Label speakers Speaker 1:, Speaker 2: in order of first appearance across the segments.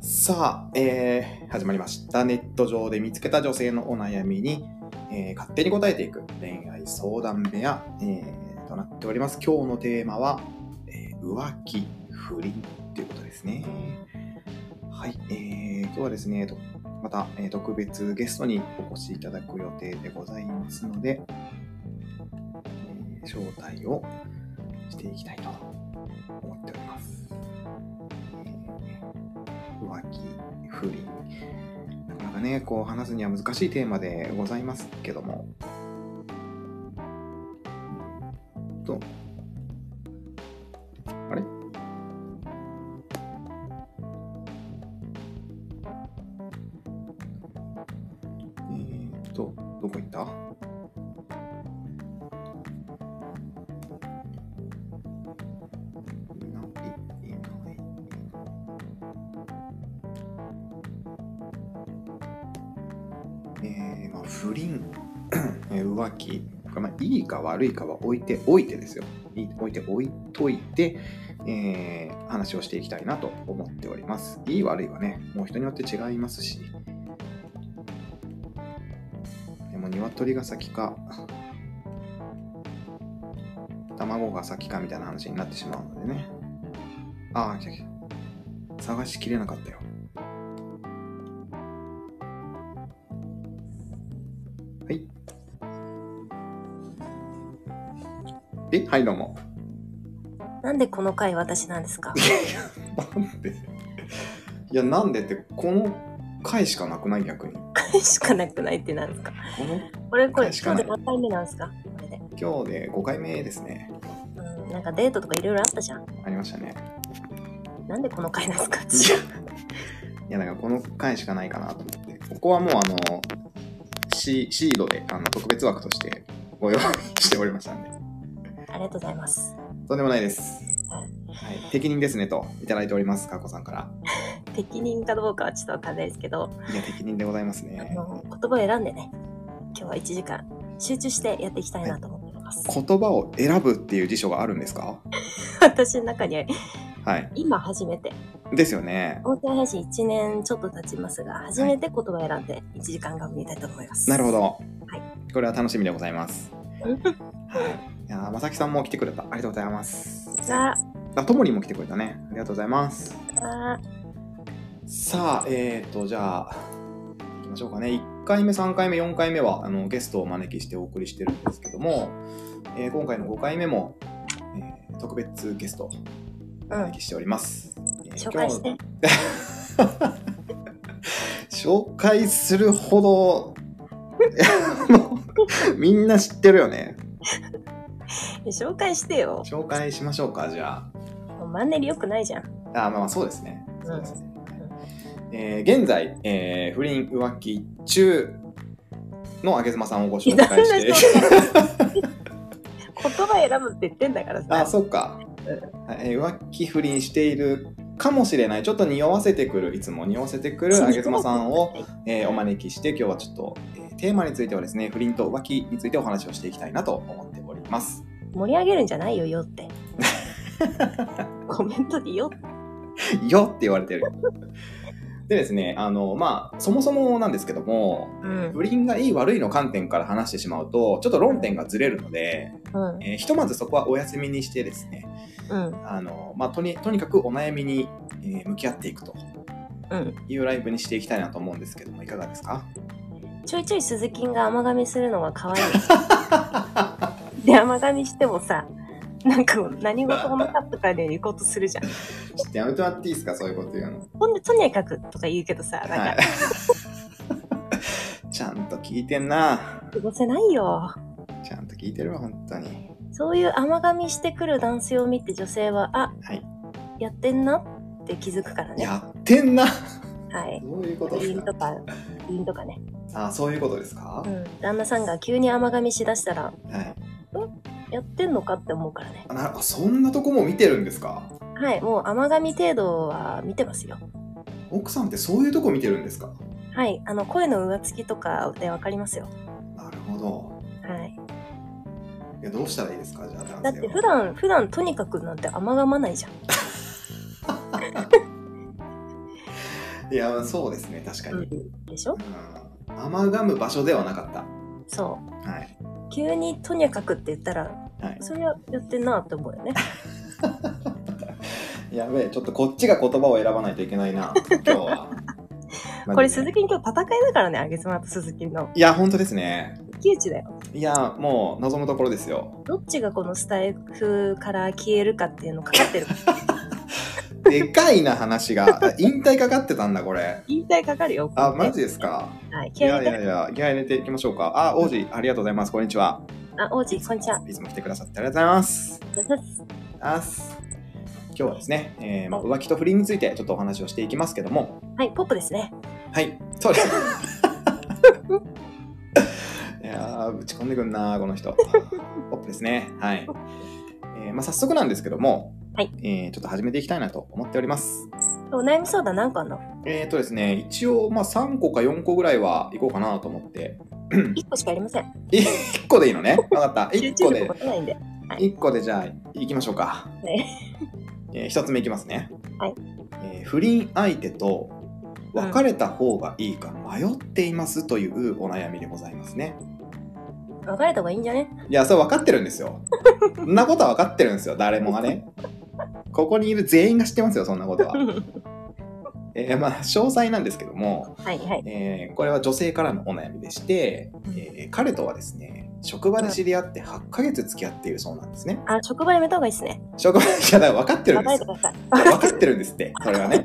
Speaker 1: さあ、えー始まりました。ネット上で見つけた女性のお悩みに、えー勝手に答えていく恋愛相談部屋、えーとなっております。今日のテーマは、えー浮気、不倫ということですね。はい、えー今日はですね、とまた、えー特別ゲストにお越しいただく予定でございますので、えー招待をしていきたいと思っております。浮気不倫なかなかねこう話すには難しいテーマでございますけどもとあれえーっとどこ行ったいないいないえーまあ、不倫、 えー浮気、まあ、いいか悪いかは置いておいてですよ。い置いて置いといて、えー話をしていきたいなと思っております。いい悪いはね、もう人によって違いますし。でも鶏が先か、卵が先かみたいな話になってしまうのでね。ああ、来た来た探しきれなかったよ。はい。え、はい、どうも。
Speaker 2: なんでこの回私なんですか
Speaker 1: なんでいや、なんでって、この回しかなくない逆に。こ
Speaker 2: しかなくないってなんですか
Speaker 1: の、
Speaker 2: これこれ
Speaker 1: 回しかな
Speaker 2: 今
Speaker 1: い
Speaker 2: 日で何回目なんですかこれで。
Speaker 1: 今日で5回目ですね。
Speaker 2: うん、なんかデートとかいろいろあったじゃん。
Speaker 1: ありましたね。
Speaker 2: なんでこの回なんですか
Speaker 1: いや、 いや、だからこの回しかないかなと思って。ここはもう、あの、シシードで、あの、特別枠としてご用意しておりましたんで。
Speaker 2: ありがとうございます。
Speaker 1: とんでもないです。はい。適任ですねと、いただいております、かこさんから。
Speaker 2: 適任かどうかはちょっとわかんないですけど、
Speaker 1: いや、適任でございます
Speaker 2: あ
Speaker 1: ね。
Speaker 2: の言葉を選んでね、今日は1時間集中してやっていきたいなと思ってます。
Speaker 1: 言葉を選ぶっていう辞書があるんですか
Speaker 2: 私の中には
Speaker 1: はい。
Speaker 2: 今初めて、
Speaker 1: ですよね。
Speaker 2: 音声配信1年ちょっと経ちますが、初めて言葉を選んで1時間頑張りたいと思います。
Speaker 1: なるほど。。
Speaker 2: は
Speaker 1: これは楽しみでござい ます。
Speaker 2: うん
Speaker 1: はい。いやーまさきさんも来てくれた。ありがとうございます。
Speaker 2: さ
Speaker 1: あ、ともりんも来てくれたね。ありがとうございます。
Speaker 2: あ、
Speaker 1: さあ、えーと、じゃあ、行きましょうかね。1回目、3回目、4回目は、あの、ゲストをお招きしてお送りしてるんですけども、えー今回の5回目も、えー特別ゲストをお
Speaker 2: うん
Speaker 1: 招、きしております。えー
Speaker 2: 紹介して。
Speaker 1: 紹介するほど もうみんな知ってるよね
Speaker 2: 紹介してよ。
Speaker 1: 紹介しましょうかじゃ
Speaker 2: もうマンネリ良くな いじゃん。
Speaker 1: ああまあまあそうですね
Speaker 2: うん
Speaker 1: そうですね、えー現在、えー不倫浮気中のあげずまさんをご紹介し
Speaker 2: 言
Speaker 1: て
Speaker 2: 葉選ぶって言ってんだからさ。
Speaker 1: あそっか、えー浮気不倫しているかもしれないちょっと匂わせてくるいつも匂わせてくるあげずまさんを
Speaker 2: はい。
Speaker 1: えーお招きして今日はちょっと、えーテーマについてはですね不倫と浮気についてお話をしていきたいなと思っております
Speaker 2: 盛り上げるんじゃないよ、よって。コメントでよって。
Speaker 1: よって言われてるでですねあのまあそもそもなんですけども
Speaker 2: うん。
Speaker 1: 不倫がいい悪いの観点から話してしまうとちょっと論点がずれるので、
Speaker 2: うん。
Speaker 1: えーひとまずそこはお休みにしてですね
Speaker 2: うん。
Speaker 1: あの、まあ、とにとにかくお悩みに、えー向き合っていくと
Speaker 2: うん。
Speaker 1: いうライブにしていきたいなと思うんですけどもいかがです か
Speaker 2: ちょいちょい鈴木が甘噛みするのが可愛 い。で、甘噛みしてもさ、なんかもう何事もなかったかで行こうとするじゃん。
Speaker 1: ちょっとやめてもらっていいですかそういうこと言うの
Speaker 2: ほんで、とにかくとか言うけどさ、なんか、
Speaker 1: はい。ちゃんと聞いてんな。
Speaker 2: 過ごせないよ。
Speaker 1: ちゃんと聞いてるわ、本当に。
Speaker 2: そういう甘噛みしてくる男性を見て女性は、あ、
Speaker 1: はい。
Speaker 2: やってんなって気づくからね。
Speaker 1: やってんな。
Speaker 2: はい。
Speaker 1: どういうこと
Speaker 2: 不
Speaker 1: です
Speaker 2: 倫と
Speaker 1: か
Speaker 2: か、不倫とかね。
Speaker 1: あ、そういうことですか
Speaker 2: う、ん、旦那さんが急に甘噛みしだしたら
Speaker 1: はい。
Speaker 2: やってんのかって思うからね
Speaker 1: あなあそんなとこも見てるんですか
Speaker 2: はいもう甘噛み程度は見てますよ
Speaker 1: 奥さんってそういうとこ見てるんですか
Speaker 2: はいあの声の浮つきとかで分かりますよ
Speaker 1: なるほど。
Speaker 2: はい
Speaker 1: いや、どうしたらいいですかじゃあ、
Speaker 2: だ
Speaker 1: 男
Speaker 2: っ
Speaker 1: 性
Speaker 2: て
Speaker 1: は
Speaker 2: 普段普段とにかくなんて甘噛まないじゃん
Speaker 1: いや、そうですね、確か
Speaker 2: う
Speaker 1: に。
Speaker 2: ん、でしょ
Speaker 1: うん、アマガム場所ではなかった。
Speaker 2: そ
Speaker 1: はい。
Speaker 2: う急にとにかくって言ったら
Speaker 1: はい、
Speaker 2: それは言ってんなって思うよね
Speaker 1: やべえ、ちょっとこっちが言葉を選ばないといけない な、今日は。
Speaker 2: これ鈴
Speaker 1: い
Speaker 2: 木に今日戦いだからねあげ妻と鈴木の
Speaker 1: や、本当ですね。
Speaker 2: 一騎打ちだよ
Speaker 1: いや、もう望むところですよ。
Speaker 2: どっちがこのスタイフから消えるかっていうのか かってる
Speaker 1: でかいな話 が。あ引退かかってたんだ、これ。
Speaker 2: 引退かかるよ
Speaker 1: あ、マジですか。
Speaker 2: はい
Speaker 1: い
Speaker 2: 気合
Speaker 1: や
Speaker 2: い
Speaker 1: い
Speaker 2: 入れ
Speaker 1: やいや、気合い入れていきましょうか。あ、王子、ありがとうございます。こんにちは。
Speaker 2: てあ王子こんにちは。
Speaker 1: いつも来てくださってありがとうございます。
Speaker 2: は
Speaker 1: あす今日はですね、えーまあ、浮気と不倫についてちょっとお話をしていきますけども、
Speaker 2: いポップですね
Speaker 1: はい、そうです。 いやー、ぶち込んでくんなー、この 人。ポップですね。はい。えーまあ、早速なんですけども、
Speaker 2: はい
Speaker 1: えーちょっと始めていきたいなと思っております。
Speaker 2: お悩み相談何個あんの
Speaker 1: えーとですね、一応、まあ、3個か4個ぐらいはいこうかなと思って、
Speaker 2: 1個しかありません
Speaker 1: 1個でいいのね。わかった。
Speaker 2: 集
Speaker 1: 1個
Speaker 2: 中
Speaker 1: で
Speaker 2: 力持、たないんで
Speaker 1: 1個でじゃあ、いきましょうか。
Speaker 2: はい
Speaker 1: え1つ目いきますね。
Speaker 2: はい
Speaker 1: えー不倫相手と別れた方がいいか迷っていますというお悩みでございますね。
Speaker 2: 別れた方がいいんじゃね。
Speaker 1: いや、それ分かってるんですよ。そんなことは分かってるんですよ、誰もがね。ここにいる全員が知ってますよ、そんなことは
Speaker 2: は
Speaker 1: えーまあ、詳細なんですけども、
Speaker 2: いはい
Speaker 1: えーこれは女性からのお悩みでして、えー彼とはですね、職場で知り合って8ヶ月付き合っているそうなんですね。
Speaker 2: あ職場やめた方がいいですね
Speaker 1: 職場で知り合分かってるんで
Speaker 2: 別
Speaker 1: す
Speaker 2: れて
Speaker 1: よ
Speaker 2: く。ださい
Speaker 1: 分かってるんですって、それ はね。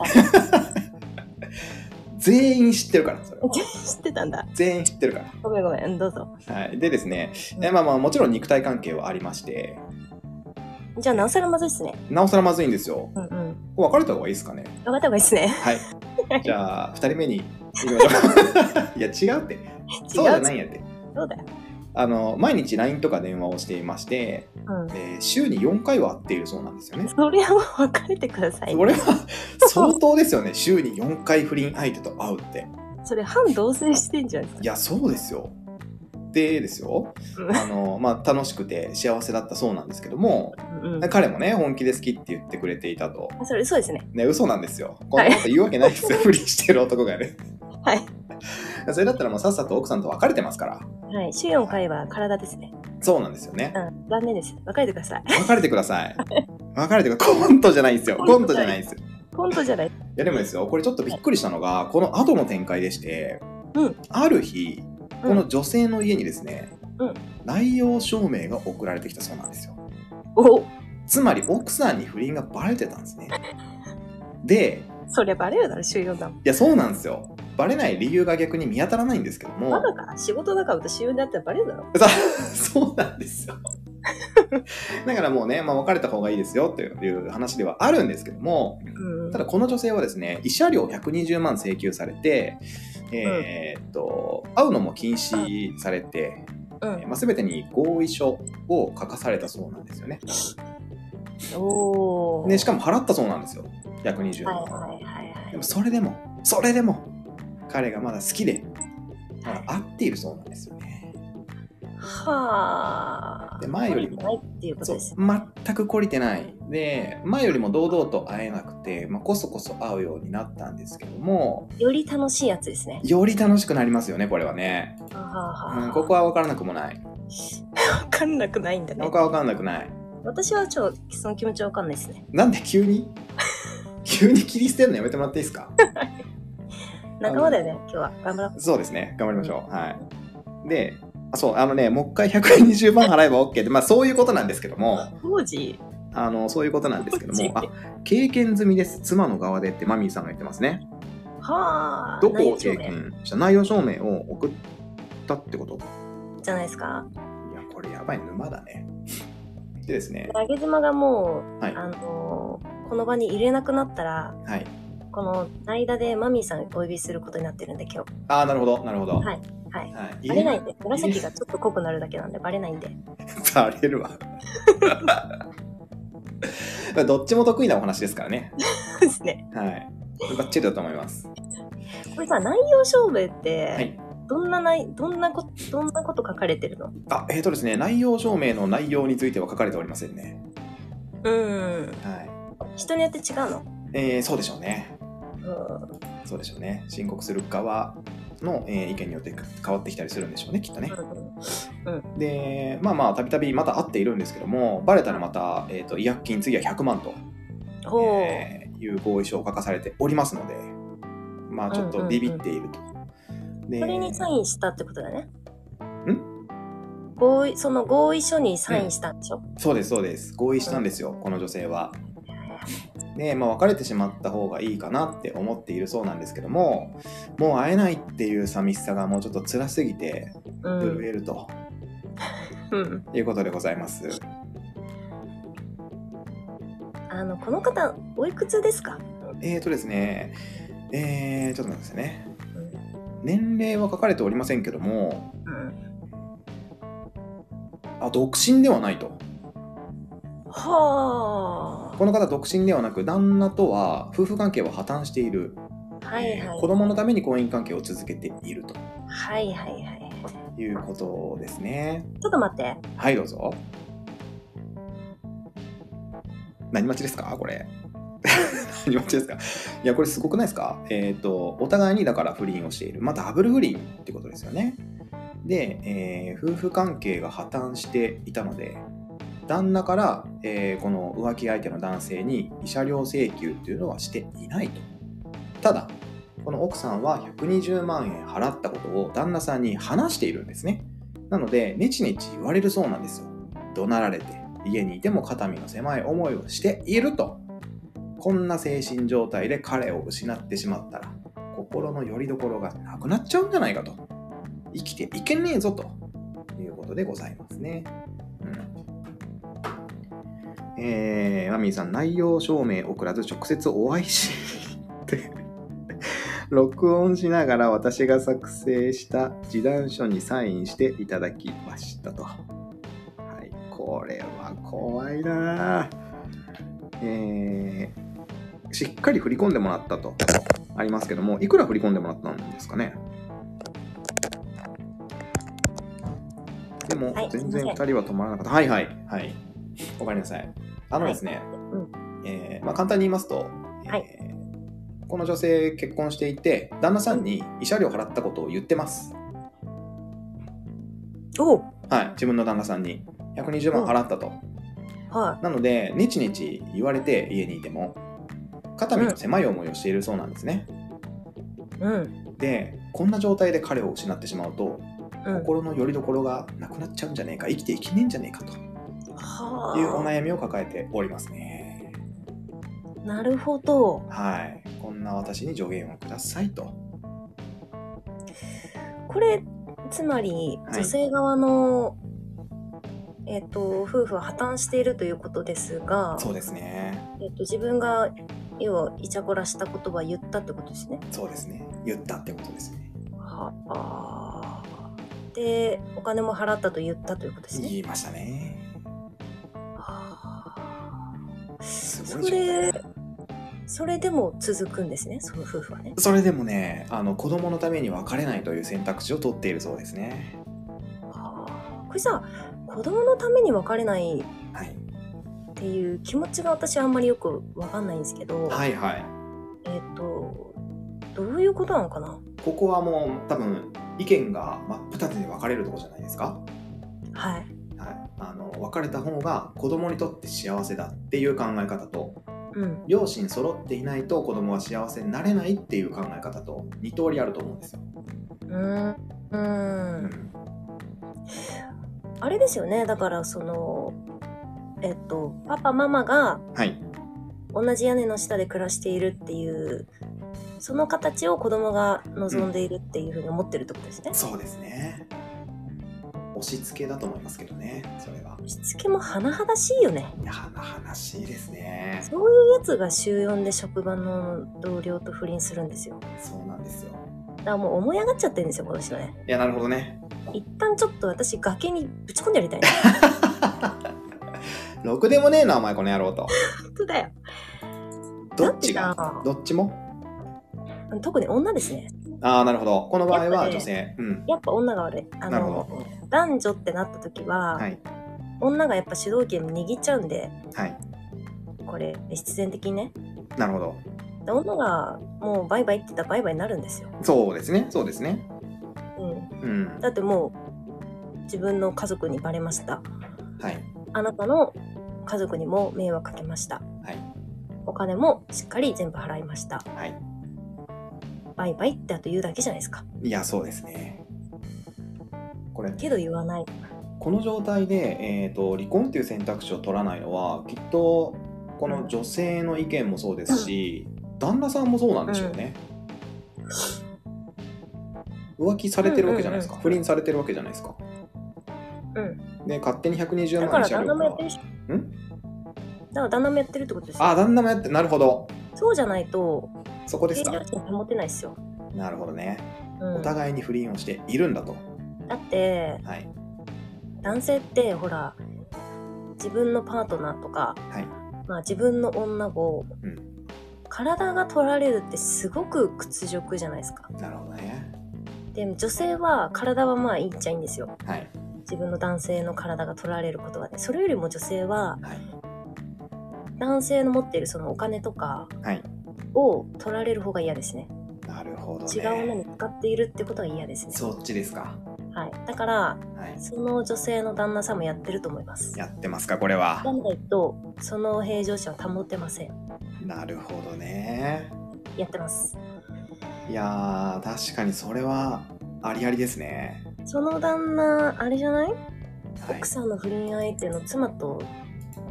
Speaker 1: 全員知ってるから、それは。
Speaker 2: 知ってたんだ
Speaker 1: 全員知ってるか
Speaker 2: ごめんごめんうんどうぞ
Speaker 1: ら。はい、でですね、えまあまあもちろん肉体関係はありまして、
Speaker 2: じゃあなおさらまずいっすね
Speaker 1: なおさらまずいんですよ。
Speaker 2: うんうん
Speaker 1: 別れた方がいいですかね。
Speaker 2: 別れた方がいいっすね
Speaker 1: はい。じゃあ、2人目に行きましょう。い や、違うって。 そうじゃないんやって。
Speaker 2: そうだよ
Speaker 1: あの毎日 LINE とか電話をしていまして、
Speaker 2: うん
Speaker 1: えー週に4回は会っているそうなんですよね。
Speaker 2: それはもう別れてください
Speaker 1: それは相当ですよね、週に4回不倫相手と会うって。
Speaker 2: それ反同棲してんじゃないです
Speaker 1: いや、そうですよ。でですよ、
Speaker 2: うん
Speaker 1: あのまあ、楽しくて幸せだったそうなんですけども、
Speaker 2: かうんうん
Speaker 1: 彼もね、本気で好きって言ってくれていたと。
Speaker 2: あそれそうですね
Speaker 1: ね、嘘なんですよ。こんなこと言うわけない ですよ、不倫してる男がね。
Speaker 2: はい
Speaker 1: それだったらもうさっさと奥さんと別れてますから。
Speaker 2: はい週4回は体ですね
Speaker 1: そうなんですよね。
Speaker 2: うん残念です別れてくだ さい
Speaker 1: 別れてください。別れてください。コントじゃないんですよ。コントじゃないんですよ。
Speaker 2: コントじゃない
Speaker 1: いやでもですよ、これちょっとびっくりしたのが、この後の展開でして、
Speaker 2: うん
Speaker 1: ある日、この女性の家にですね、
Speaker 2: うん
Speaker 1: 内容証明が送られてきたそうなんですよ。
Speaker 2: お
Speaker 1: つまり奥さんに不倫がバレてたんですね。で、
Speaker 2: そりゃバレるだろ週4だもん
Speaker 1: いやそうなんですよ。バレない理由が逆に見当たらないんですけども。
Speaker 2: まだか仕事だから私週4だったらバレるだろ
Speaker 1: さ そうなんですよ。 だからもうね、まあ、別れた方がいいですよっていう話ではあるんですけども、
Speaker 2: うん
Speaker 1: ただこの女性はですね、慰謝料120万請求されて、えーっと、会うのも禁止されて、
Speaker 2: うん
Speaker 1: まあ、全てに合意書を書かされたそうなんですよね。
Speaker 2: おお
Speaker 1: で、しかも払ったそうなんですよ、120
Speaker 2: はい
Speaker 1: 万。
Speaker 2: はいはいはい
Speaker 1: でもそれでも、それでも、彼がまだ好きで、まだ会っているそうなんですよね。
Speaker 2: はあ。
Speaker 1: で前よりも
Speaker 2: ないっていうこと
Speaker 1: そう
Speaker 2: です。
Speaker 1: 全く懲りてないで前よりも堂々と会えなくて、まあ、こそこそ会うようになったんですけども
Speaker 2: より楽しいやつですね。
Speaker 1: より楽しくなりますよねこれはね、
Speaker 2: はあはあ
Speaker 1: うん、ここは分からなくもない
Speaker 2: わかんなくないんだね
Speaker 1: こ。こは分からなくない
Speaker 2: 私はちょっとその気持ちわかんないですね。
Speaker 1: なんで急 に急に切り捨てるのやめてもらっていいですか
Speaker 2: 仲間だよね、今日は。頑張ろう。
Speaker 1: そうですね頑張りましょうはいであそうあのねもう一回120万払えば OK でまあそういうことなんですけども
Speaker 2: 当時、
Speaker 1: あのそういうことなんですけどもあ経験済みです妻の側でってマミーさんが言ってますね
Speaker 2: はあ。
Speaker 1: どこを
Speaker 2: 内容
Speaker 1: 経
Speaker 2: 証明
Speaker 1: 験した内容証明を送ったってことい
Speaker 2: じゃないですか。
Speaker 1: や、これやばい、沼だね。でですね、
Speaker 2: 投げ島がもう、
Speaker 1: はい
Speaker 2: あのーこの場に入れなくなったら、
Speaker 1: はい。
Speaker 2: この間でマミーさんお呼びすることになってるんで、今日。
Speaker 1: ああ、なるほど、なるほど。
Speaker 2: はいはい。
Speaker 1: はい。
Speaker 2: バレないんで、紫がちょっと濃くなるだけなんで、バレないんで。
Speaker 1: されるわ。 どっちも得意なお話ですからね。
Speaker 2: そうですね。
Speaker 1: はい。バッチリだと思います。
Speaker 2: これさ、内容証明って、
Speaker 1: はい。
Speaker 2: どんなない、どんなこ、どんなこと書かれてるの。
Speaker 1: あ、えーとですね、内容証明の内容については書かれておりませんね。
Speaker 2: うん、
Speaker 1: はい。
Speaker 2: 人によって違うの。
Speaker 1: えー、そうでしょうね。
Speaker 2: うん
Speaker 1: そうでしょうね。申告する側の、えー意見によって変わってきたりするんでしょうね、きっとね。で、まあまあ、たびたびまた会っているんですけども、バレたらまた、えー、と違約金、次は100万と、
Speaker 2: ほう。
Speaker 1: えーいう合意書を書かされておりますので、まあちょっとビビっていると。で
Speaker 2: それにサインしたってことだね。
Speaker 1: ん
Speaker 2: 合意、その合意書にサインしたんでしょ、
Speaker 1: そうです、そうです。合意したんですよ、この女性は。で、まあ、別れてしまった方がいいかなって思っているそうなんですけども、もう会えないっていう寂しさがもうちょっと辛すぎて、
Speaker 2: うん、う
Speaker 1: 震
Speaker 2: ん。
Speaker 1: えるということでございます。
Speaker 2: あの、この方、おいくつですか
Speaker 1: えーとですね、えー、ちょっと待ってくださいね。年齢は書かれておりませんけども、
Speaker 2: うん。
Speaker 1: あ、独身ではないと。
Speaker 2: は
Speaker 1: この方、独身ではなく、旦那とは夫婦関係は破綻している。
Speaker 2: あ。はいはい。
Speaker 1: 子供のために婚姻関係を続けていると
Speaker 2: はいはいはい。
Speaker 1: いうことですね。
Speaker 2: ちょっと待って。
Speaker 1: はい、どうぞ。何待ちですかこれ。 何待ちですかいや、これすごくないですかえっ、と、お互いにだから不倫をしている。まあ、ダブル不倫ってことですよね。で、えー夫婦関係が破綻していたので、旦那から、えーこの浮気相手の男性に慰謝料請求っていうのはしていないと。ただ、この奥さんは120万円払ったことを旦那さんに話しているんですね。なので、ねちねち言われるそうなんですよ。怒鳴られて、家にいても肩身の狭い思いをしていると。こんな精神状態で彼を失ってしまったら、心の拠り所がなくなっちゃうんじゃないかと。生きていけねえぞということでございますね。うんえー、マミーさん、内容証明送らず直接お会いし、って録音しながら私が作成した示談書にサインしていただきましたと。はい、これは怖いなあえー、しっかり振り込んでもらったとありますけども、いくら振り込んでもらったんですかねでも、
Speaker 2: はい
Speaker 1: 全
Speaker 2: すい
Speaker 1: 然
Speaker 2: ま
Speaker 1: 2
Speaker 2: せ
Speaker 1: 人は止まらなかった。はいはい、はい。わかりなさい。あのですね、
Speaker 2: うん。
Speaker 1: えーまあ、簡単に言いますと、えー
Speaker 2: はい
Speaker 1: この女性結婚していて旦那さんに慰謝料払ったことを言ってます、
Speaker 2: おう
Speaker 1: はい、自分の旦那さんに120万払ったと、
Speaker 2: は
Speaker 1: なのでねちねち言われて家にいても肩身の狭い思いをしているそうなんですね、
Speaker 2: い。うん。
Speaker 1: でこんな状態で彼を失ってしまうと
Speaker 2: うん。
Speaker 1: 心の拠り所がなくなっちゃうんじゃねえか生きていけねえんじゃねえかと
Speaker 2: はあ。
Speaker 1: いうお悩みを抱えておりますね
Speaker 2: なるほど。
Speaker 1: はいこんな私に助言をくださいと
Speaker 2: これ、つまり、
Speaker 1: はい
Speaker 2: 女性側の、えっ、と、夫婦は破綻しているということですが、
Speaker 1: そうですね
Speaker 2: えっと、自分が要はイチャコラした言葉言ったってことですね。
Speaker 1: そうですね言ったってことですね
Speaker 2: はあ。でお金も払ったと言ったということですね。
Speaker 1: 言いましたね
Speaker 2: はあ
Speaker 1: す
Speaker 2: そ
Speaker 1: ごい状態
Speaker 2: れそれでも続くんですねその夫婦はね。
Speaker 1: それでもねあの子供のために別れないという選択肢を取っているそうですね
Speaker 2: はあこれさ子供のために別れない
Speaker 1: はい
Speaker 2: っていう気持ちが私あんまりよくわかんないんですけど、
Speaker 1: はいはい
Speaker 2: えっ、とどういうことなのかな
Speaker 1: ここはもう多分意見が真っ二つに分かれるところじゃないですか
Speaker 2: はい。
Speaker 1: はいあの別れた方が子供にとって幸せだっていう考え方と
Speaker 2: うん。
Speaker 1: 両親揃っていないと子供は幸せになれないっていう考え方と2通りあると思うんですよ、
Speaker 2: うーん。う
Speaker 1: うんん、
Speaker 2: あれですよねだからそのえっとパパママが
Speaker 1: はい
Speaker 2: 同じ屋根の下で暮らしているっていうその形を子供が望んでいるっていうふうに思ってるってことですね。
Speaker 1: そうですね押し付けだと思いますけどねそれは
Speaker 2: 押し付けも甚だしいよね。
Speaker 1: なかなか悲しいですね
Speaker 2: そういうやつが週4で職場の同僚と不倫するんですよ。
Speaker 1: そうなんですよ
Speaker 2: だからもう思い上がっちゃってるんですよ、この人ね。
Speaker 1: いやなるほどね
Speaker 2: 一旦ちょっと私崖にぶち込んでやりたいな。
Speaker 1: ろくでもねえなお前この野郎と
Speaker 2: 本当だよ。
Speaker 1: どっち
Speaker 2: だ
Speaker 1: が
Speaker 2: って
Speaker 1: どっちも
Speaker 2: さ特に女ですね。
Speaker 1: ああなるほどこの場合
Speaker 2: やっぱ
Speaker 1: は
Speaker 2: ね
Speaker 1: 女性うん
Speaker 2: やっぱ女が悪い。あ
Speaker 1: なるほ
Speaker 2: の、男女ってなった時は、
Speaker 1: はい
Speaker 2: 女がやっぱ主導権握っちゃうんで、
Speaker 1: はい
Speaker 2: これ、必然的にね、
Speaker 1: なるほど
Speaker 2: で女がもうバイバイって言ったらバイバイになるんですよ。
Speaker 1: そうですね、そうですね。
Speaker 2: う
Speaker 1: うん
Speaker 2: ん、。だってもう自分の家族にバレました。
Speaker 1: はい。
Speaker 2: あなたの家族にも迷惑かけました。
Speaker 1: はい
Speaker 2: お金もしっかり全部払いました。
Speaker 1: はい。
Speaker 2: バイバイってあと言うだけじゃないですか。
Speaker 1: いや、そうですね。これ、
Speaker 2: けど言わない。
Speaker 1: この状態で、えー、と離婚っていう選択肢を取らないのはきっとこの女性の意見もそうですし、旦那さんもそうなんでしょうね、浮気されてるわけじゃないですか、
Speaker 2: うんうん
Speaker 1: 不倫されてるわけじゃないですか
Speaker 2: うん。
Speaker 1: で勝手に120
Speaker 2: だか
Speaker 1: 万
Speaker 2: ら
Speaker 1: にしゃ
Speaker 2: 旦
Speaker 1: る
Speaker 2: 那
Speaker 1: か
Speaker 2: もやっ
Speaker 1: ら
Speaker 2: てるし。
Speaker 1: ん
Speaker 2: だから旦那もやってるってことです
Speaker 1: あ
Speaker 2: よ。
Speaker 1: 旦那もやってなるほど
Speaker 2: そうじゃないと
Speaker 1: そこです
Speaker 2: 平
Speaker 1: か
Speaker 2: 常心保てないですよ。
Speaker 1: なるほどね、
Speaker 2: うん、
Speaker 1: お互いに不倫をしているんだと
Speaker 2: だって
Speaker 1: はい
Speaker 2: 男性ってほら自分のパートナーとか、
Speaker 1: はい
Speaker 2: まあ、自分の女を、
Speaker 1: うん
Speaker 2: 体が取られるってすごく屈辱じゃないですか。
Speaker 1: なるほどね
Speaker 2: で女性は体はまあいいっちゃいいんですよ。
Speaker 1: はい
Speaker 2: 自分の男性の体が取られることはね。それよりも女性は
Speaker 1: はい
Speaker 2: 男性の持っているそのお金とか
Speaker 1: はい
Speaker 2: を取られる方が嫌ですね。
Speaker 1: なるほど
Speaker 2: 違う女
Speaker 1: ね
Speaker 2: に使っているってことは嫌ですね。
Speaker 1: そっちですか
Speaker 2: はい。だから
Speaker 1: はい
Speaker 2: その女性の旦那さんもやってると思います。
Speaker 1: やってますかこれは
Speaker 2: じゃないとその平常心は保てません。
Speaker 1: なるほどね
Speaker 2: やってます。
Speaker 1: いやー確かにそれはありありですね。
Speaker 2: その旦那あれじゃない、
Speaker 1: はい
Speaker 2: 奥、さんの不倫相手の妻と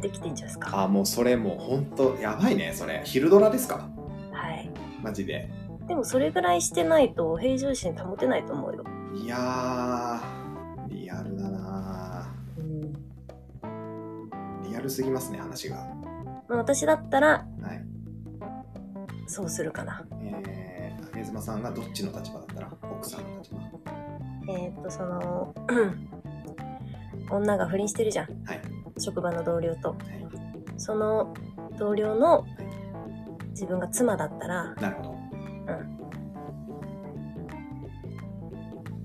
Speaker 2: できてんじゃないですか。
Speaker 1: あもうそれもうほんとやばいねそれ。昼ドラですか
Speaker 2: はい。
Speaker 1: マジで。
Speaker 2: でもそれぐらいしてないと平常心保てないと思うよ。
Speaker 1: いやーリアルだな
Speaker 2: うん
Speaker 1: リアルすぎますね話が。は
Speaker 2: まあ、私だったら
Speaker 1: い。
Speaker 2: そうするかな。
Speaker 1: えー、上妻さんがどっちの立場だったら奥さんの立場。
Speaker 2: えーっとその女が不倫してるじゃん
Speaker 1: はい。
Speaker 2: 職場の同僚と
Speaker 1: はい、
Speaker 2: その同僚の自分が妻だったら
Speaker 1: なるほど。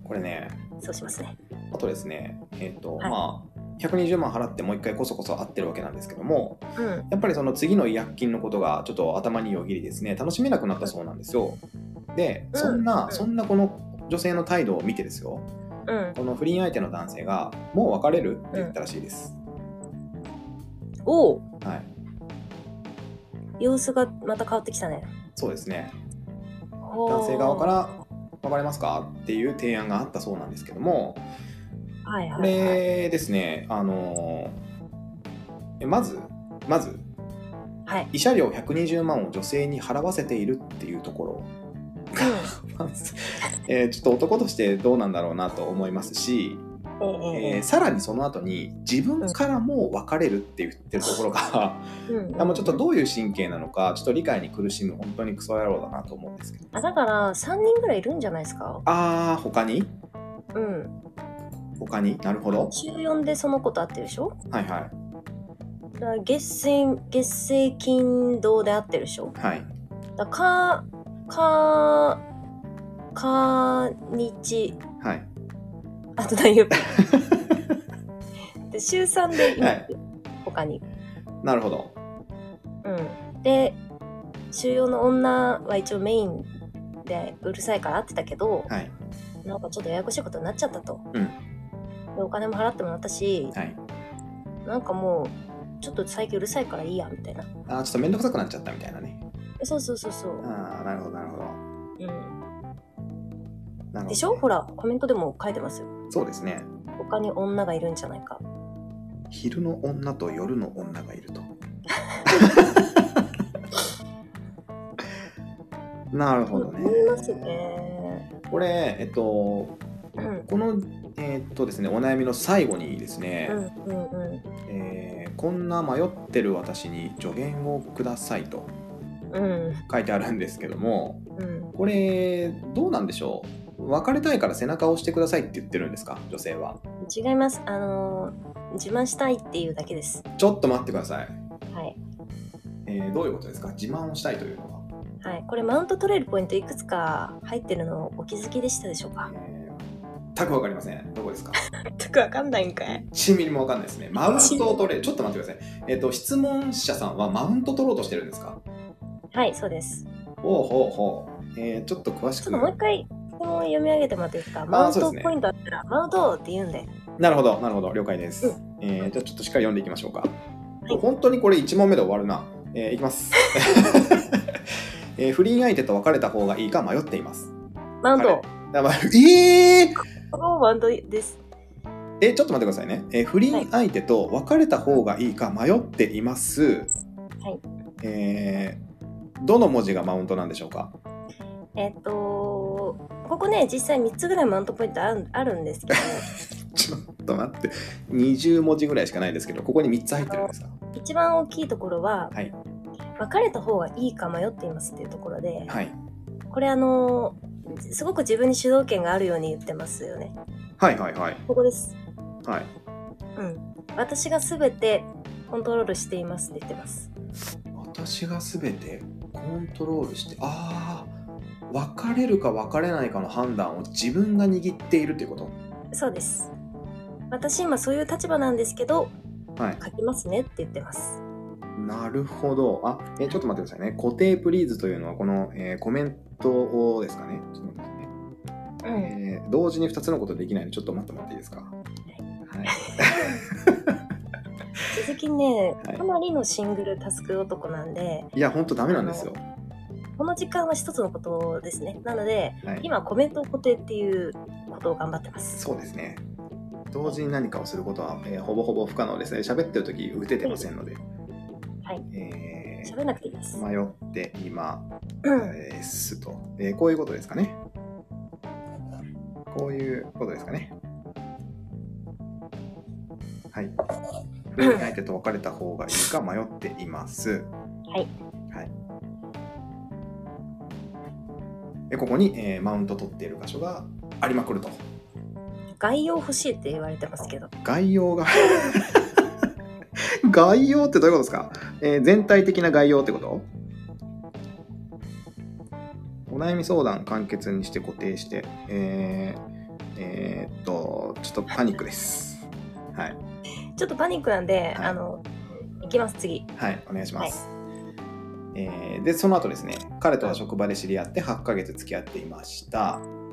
Speaker 1: これね
Speaker 2: そうしますね。
Speaker 1: あとですねえっ、と、
Speaker 2: はい
Speaker 1: まあ120万払ってもう一回こそこそ会ってるわけなんですけども、
Speaker 2: うん
Speaker 1: やっぱりその次の違約金のことがちょっと頭によぎりですね楽しめなくなったそうなんですよで
Speaker 2: うん
Speaker 1: そんな、
Speaker 2: うん
Speaker 1: そんなこの女性の態度を見てですよ
Speaker 2: うん。
Speaker 1: この不倫相手の男性が「もう別れる?」って言ったらしいです、
Speaker 2: おお
Speaker 1: はい
Speaker 2: 様子がまた変わってきたね。
Speaker 1: そうですね
Speaker 2: 男
Speaker 1: 男性側から「別れますか?」っていう提案があったそうなんですけども
Speaker 2: はい
Speaker 1: こ
Speaker 2: はいはい。
Speaker 1: れですねあのえまずまず
Speaker 2: はい、
Speaker 1: 慰謝料120万を女性に払わせているっていうところえーちょっと男としてどうなんだろうなと思いますし、
Speaker 2: うん、ええ
Speaker 1: えー
Speaker 2: え
Speaker 1: さらにその後に自分からもう別れるって言ってるところが、
Speaker 2: えうん
Speaker 1: あもうちょっとどういう神経なのかちょっと理解に苦しむ本当にクソ野郎だなと思うんですけど
Speaker 2: あだから三人ぐらいいるんじゃないですか。
Speaker 1: あー他に
Speaker 2: うん。
Speaker 1: 他になるほど
Speaker 2: 週四でその子と会ってるでしょ。
Speaker 1: はいは
Speaker 2: だから月水月水金土で会ってるでしょ。
Speaker 1: いはい
Speaker 2: だか、か、か、日、
Speaker 1: はい
Speaker 2: あと何言う で、週3で今、
Speaker 1: はい
Speaker 2: 他に。
Speaker 1: なるほど
Speaker 2: うん。で、週4の女は一応メインでうるさいから会ってたけど、
Speaker 1: はい
Speaker 2: なんかちょっとややこしいことになっちゃったと。
Speaker 1: うん
Speaker 2: で、お金も払ってもらったし、
Speaker 1: はい
Speaker 2: なんかもう、ちょっと最近うるさいからいいや、みたいな。
Speaker 1: あーちょっと面倒くさくなっちゃったみたいなね
Speaker 2: えそうそうそうそう。
Speaker 1: あーなるほどなるほどなる
Speaker 2: うん。
Speaker 1: ほどね
Speaker 2: でしょほら、コメントでも書いてますよ。
Speaker 1: そうですね
Speaker 2: 他に女がいるんじゃないか。
Speaker 1: 昼の女と夜の女がい ると。なるほどね
Speaker 2: 思い。ますね。
Speaker 1: これ、えっと、
Speaker 2: うん。
Speaker 1: この、えっとですね、お悩みの最後にですね、
Speaker 2: うんうんうん
Speaker 1: えーこんな迷ってる私に助言をくださいと
Speaker 2: うん
Speaker 1: 書いてあるんですけども、
Speaker 2: うん
Speaker 1: これ、どうなんでしょう別れたいから背中を押してくださいって言ってるんですか女性は。
Speaker 2: 違いますあのー自慢したいっていうだけです
Speaker 1: ちょっと待ってください。
Speaker 2: はい
Speaker 1: えーどういうことですか自慢をしたいというのは。
Speaker 2: はいこれマウント取れるポイントいくつか入ってるのお気づきでしたでしょうか
Speaker 1: えー全くわかりません。どこですか
Speaker 2: 全くわかんないんかい
Speaker 1: 1ミリもわかんない ですね。マウントを取れる。ちょっと待ってください。えっ、と、質問者さんはマウント取ろうとしてるんですか
Speaker 2: はいそうです
Speaker 1: ほうほうほう。えー、ちょっと詳し
Speaker 2: ち
Speaker 1: く
Speaker 2: ょっともう一回質問を読み上げてもらっていいですかマウン
Speaker 1: そう
Speaker 2: ト
Speaker 1: ですね
Speaker 2: ポイントあったら、マウントって言うんで。
Speaker 1: なるほど、なるほど、了解です。
Speaker 2: う
Speaker 1: えーじゃあちょっとしっかり読んでいきましょうか。
Speaker 2: い
Speaker 1: 本当にこれ1問目で終わるな。えーいきます。 えー不倫相手と別れた方がいいか迷っています。
Speaker 2: マウント。
Speaker 1: だからえー
Speaker 2: このマウントです。
Speaker 1: え、ちょっと待ってくださいね。えー不倫相手と別れた方がいいか迷っています。
Speaker 2: はい
Speaker 1: えーどの文字がマウントなんでしょうか
Speaker 2: えっ、とここね、実際3つぐらいマウントポイントあるあるんですけ
Speaker 1: ちょっと待って。20文字ぐらいしかないですけど、ここに3つ入ってるんですか
Speaker 2: ど、一番大きいところは、
Speaker 1: はい
Speaker 2: 別れた方がいいか迷っていますっていうところで、
Speaker 1: はい。
Speaker 2: これあのーすごく自分に主導権があるように言ってますよね。
Speaker 1: はいはいはい。
Speaker 2: ここです。
Speaker 1: はい。
Speaker 2: うん。私が全てコントロールしていますって言ってます。
Speaker 1: 私が全てコントロールしてああ別れるか別れないかの判断を自分が握っているというこ
Speaker 2: そうです。私今そういう立場なんですけど、
Speaker 1: とはい
Speaker 2: 書きますねって言ってます。
Speaker 1: なるほどあえちょっと待ってくださいね固定プリーズというのはこの、えーコメントをですかねちょっと待ってくださいね
Speaker 2: うん。
Speaker 1: えー同時に2つのことできないのでちょっと待ってもらっていいですかはい
Speaker 2: 鈴木ね、
Speaker 1: はい
Speaker 2: かなりのシングルタスク男なんで、
Speaker 1: いやほんとダメなんですよ
Speaker 2: この時間は一つのことですね。なので、
Speaker 1: はい
Speaker 2: 今コメントを固定っていうことを頑張ってます。
Speaker 1: そうですね同時に何かをすることは、えーほぼほぼ不可能ですね喋ってる時打ててませんので
Speaker 2: はい
Speaker 1: えー
Speaker 2: 喋らなくていいです。
Speaker 1: 迷って今
Speaker 2: うん。
Speaker 1: ですと、えーこういうことですかね。こういうことですかね。はい。不倫相手と別れた方がいいか迷っています。
Speaker 2: はい。
Speaker 1: はい。でここに、えーマウント取っている箇所がありまくると。
Speaker 2: 概要欲しいって言われてますけど。
Speaker 1: 概要が 概要ってどういうことですか、えー全体的な概要ってことお悩み相談簡潔にして固定してえー、えーっとちょっとパニックですはい
Speaker 2: ちょっとパニックなんで、
Speaker 1: はい
Speaker 2: あの、いきます、次。
Speaker 1: はいお願いします、えーでその後ですね彼とは職場で知り合って8ヶ月付き合っていました
Speaker 2: うん。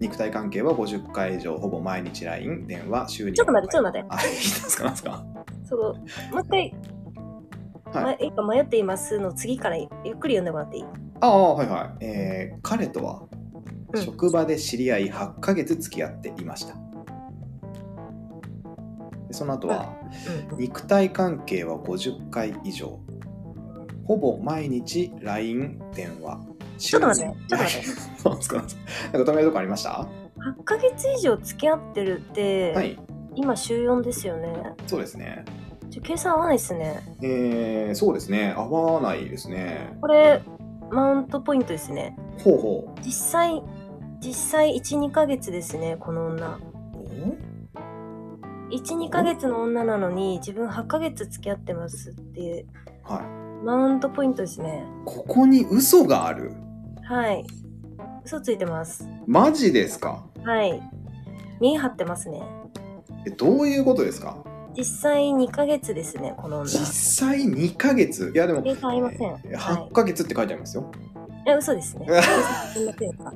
Speaker 1: 肉体関係は50回以上ほぼ毎日 LINE 電話週に
Speaker 2: ちょっと待って、ちょっと待って。
Speaker 1: あいいですかなんですか
Speaker 2: その、もう一回、
Speaker 1: はい
Speaker 2: ま、今迷っていますの次からゆっくり読んでもらっていい
Speaker 1: ああはいはい、えー彼とは
Speaker 2: うん
Speaker 1: 職場で知り合い8ヶ月付き合っていました、でその後は
Speaker 2: うん。
Speaker 1: 肉体関係は50回以上ほぼ毎日 LINE 電話ち
Speaker 2: ちょっと待って、ちょっと待って。
Speaker 1: そうですかなんか止めるとこありました、
Speaker 2: 8ヶ月以上付き合ってるって、
Speaker 1: はい
Speaker 2: 今週4ですよね
Speaker 1: そうですね
Speaker 2: ちょ計算合わないですね
Speaker 1: えー、そうですね合わないですね
Speaker 2: これマウントポイントですね
Speaker 1: ほうほう
Speaker 2: 実際実際12ヶ月ですねこの女12ヶ月の女なのに自分8ヶ月付き合ってますっていう
Speaker 1: はい
Speaker 2: マウントポイントですね
Speaker 1: ここに嘘がある
Speaker 2: はい嘘ついてます
Speaker 1: マジですか
Speaker 2: はい見え張ってますね
Speaker 1: えどういうことですか
Speaker 2: 実際2ヶ月ですねこの女
Speaker 1: 実際2ヶ月いやでも
Speaker 2: 計算合いませんはい
Speaker 1: 8ヶ月って書いてありますよ
Speaker 2: え嘘です ね計算合いませんか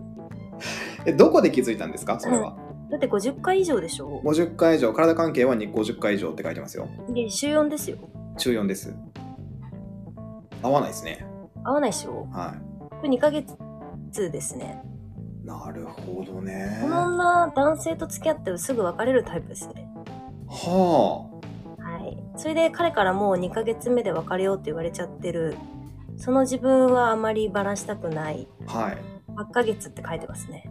Speaker 1: えどこで気づいたんですかそれは、
Speaker 2: だって50回以上でしょ
Speaker 1: 50回以上体関係は50回以上って書いてますよ
Speaker 2: で週4ですよ
Speaker 1: 中4です合わないですね
Speaker 2: 合わないでしょ
Speaker 1: は
Speaker 2: これ2ヶ月ですね。
Speaker 1: いなるほどね
Speaker 2: この女、男性と付き合ってすぐ別れるタイプですね。
Speaker 1: は
Speaker 2: はい。それで彼からもう2ヶ月目で別れようって言われちゃってる。その自分はあまりバラしたくない。
Speaker 1: あはい
Speaker 2: 8ヶ月って書いてますね。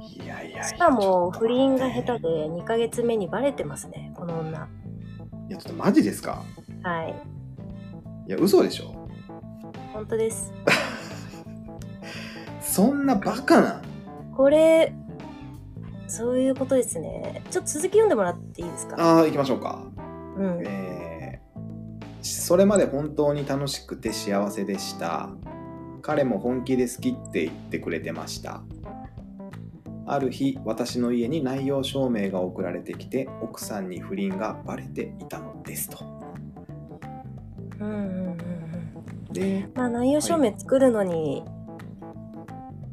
Speaker 1: いやいやいや
Speaker 2: しかも、
Speaker 1: ちょっと待
Speaker 2: 不倫
Speaker 1: って
Speaker 2: が下手で2ヶ月目にバレてますね、この女。
Speaker 1: いやちょっとマジですか
Speaker 2: はい。
Speaker 1: いや嘘でしょ
Speaker 2: 本当です。
Speaker 1: そんなバカな
Speaker 2: これ、そういうことですね。ちょっと続き読んでもらっていいですか
Speaker 1: ああ行きましょうか
Speaker 2: うん。
Speaker 1: えーそれまで本当に楽しくて幸せでした彼も本気で好きって言ってくれてましたある日私の家に内容証明が送られてきて奥さんに不倫がバレていたのですと
Speaker 2: うんうんうんうん。
Speaker 1: ね。
Speaker 2: まあ、内容証明作るのに、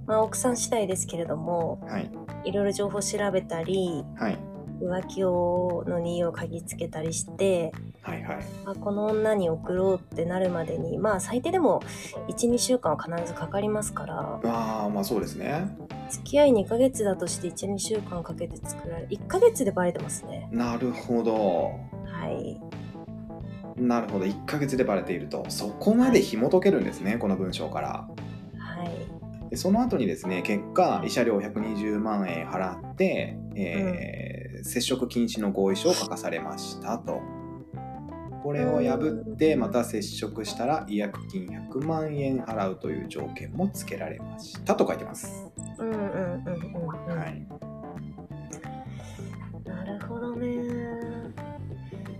Speaker 2: まあ、奥さん次第ですけれども、
Speaker 1: はい。
Speaker 2: いろいろ情報調べたり、
Speaker 1: はい。
Speaker 2: 浮気をの理由を嗅ぎつけたりして、
Speaker 1: はいはい。
Speaker 2: あこの女に送ろうってなるまでに、まあ、最低でも1、2週間は必ずかかりますから、
Speaker 1: まあ、まあそうですね。
Speaker 2: 付き合い2ヶ月だとして1、2週間かけて作られ、1ヶ月でバレてますね。
Speaker 1: なるほど。
Speaker 2: はい。
Speaker 1: なるほど。1ヶ月でバレていると。そこまで紐解けるんですね、この文章から。
Speaker 2: はい。
Speaker 1: でその後にですね、結果、慰謝料120万円払って、えー接触禁止の合意書を書かされましたと。これを破って、また接触したら違約金100万円払うという条件も付けられましたと書いてます。
Speaker 2: うんうんうんうん、うん
Speaker 1: はい。
Speaker 2: なるほどね。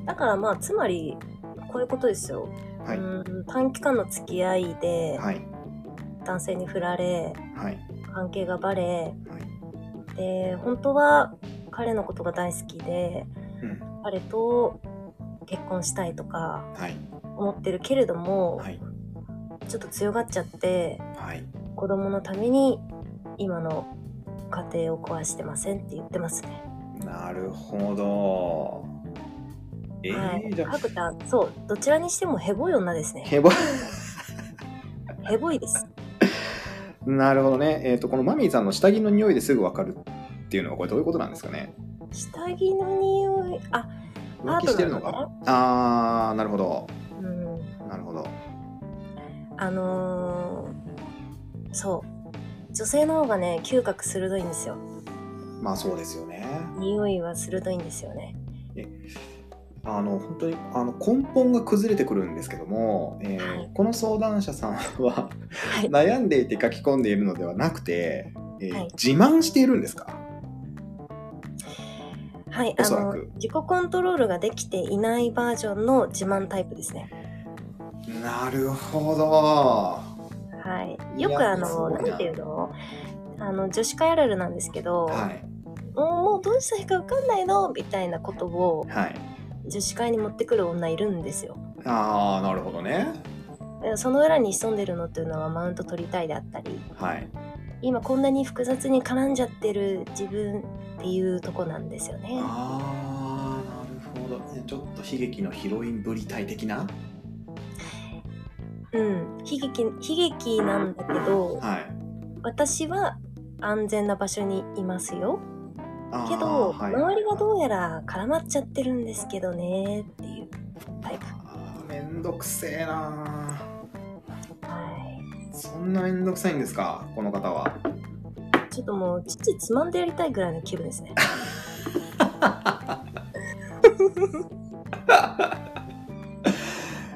Speaker 2: だからまあ、つまり、こういうことですよ。。
Speaker 1: はいう
Speaker 2: ーん短期間の付き合いで、
Speaker 1: はい。
Speaker 2: 男性に振られ、
Speaker 1: はい。
Speaker 2: 関係がバレ、
Speaker 1: はい。
Speaker 2: で、本当は彼のことが大好きで、
Speaker 1: うん。
Speaker 2: 彼と結婚したいとか
Speaker 1: はい。
Speaker 2: 思ってるけれども、
Speaker 1: はい。
Speaker 2: ちょっと強がっちゃって、
Speaker 1: はい。
Speaker 2: 子供のために今の家庭を壊してませんって言ってますね。
Speaker 1: なるほど。えー
Speaker 2: はい。
Speaker 1: じゃあ
Speaker 2: 角田、そう、どちらにしてもヘボい女ですね。
Speaker 1: へば
Speaker 2: ヘボいです。
Speaker 1: なるほどね。えっ、と、このマミーさんの下着の匂いですぐわかるっていうのは、これどういうことなんですかね
Speaker 2: 下着の匂い、あ、
Speaker 1: 浮気してるのか
Speaker 2: パートナー
Speaker 1: あー、なるほど。
Speaker 2: うん、
Speaker 1: なるほど。
Speaker 2: あのーそう。女性の方がね、嗅覚鋭いんですよ。
Speaker 1: まあそうですよね。
Speaker 2: 匂いは鋭いんですよね。
Speaker 1: あの、本当に、あの、根本が崩れてくるんですけども、えー
Speaker 2: はい
Speaker 1: この相談者さんは
Speaker 2: はい。
Speaker 1: 悩んでいて書き込んでいるのではなくて、えー
Speaker 2: はい
Speaker 1: 自慢しているんですか
Speaker 2: はい、
Speaker 1: お
Speaker 2: あ
Speaker 1: そら
Speaker 2: の
Speaker 1: く、
Speaker 2: 自己コントロールができていないバージョンの自慢タイプですね。
Speaker 1: なるほど。
Speaker 2: はい。
Speaker 1: い
Speaker 2: よ
Speaker 1: や
Speaker 2: くあ
Speaker 1: すご
Speaker 2: の、
Speaker 1: いな
Speaker 2: なんていうのあの、女子会あるあるなんですけど、
Speaker 1: はい。
Speaker 2: もうもうどうしたらいいかわかんないのみたいなことを
Speaker 1: はい。
Speaker 2: 女子会に持ってくる女いるんですよ。
Speaker 1: ああ、なるほどね。
Speaker 2: その裏に潜んでるのっていうのはマウント取りたいであったり、
Speaker 1: はい。
Speaker 2: 今こんなに複雑に絡んじゃってる自分っていうとこなんですよね。
Speaker 1: ああ、なるほど。ちょっと悲劇のヒロインぶり体的な。
Speaker 2: うん。悲劇、悲劇なんだけど、
Speaker 1: はい。
Speaker 2: 私は安全な場所にいますよ。
Speaker 1: あー
Speaker 2: けど、
Speaker 1: はい
Speaker 2: 周りがどうやら絡まっちゃってるんですけどねっていうタイプ。
Speaker 1: あーめんどくせえな
Speaker 2: は
Speaker 1: そんなめんどくさいんですかこの方は
Speaker 2: い。ちょっともう、父つまんでやりたいぐらいの気分ですね。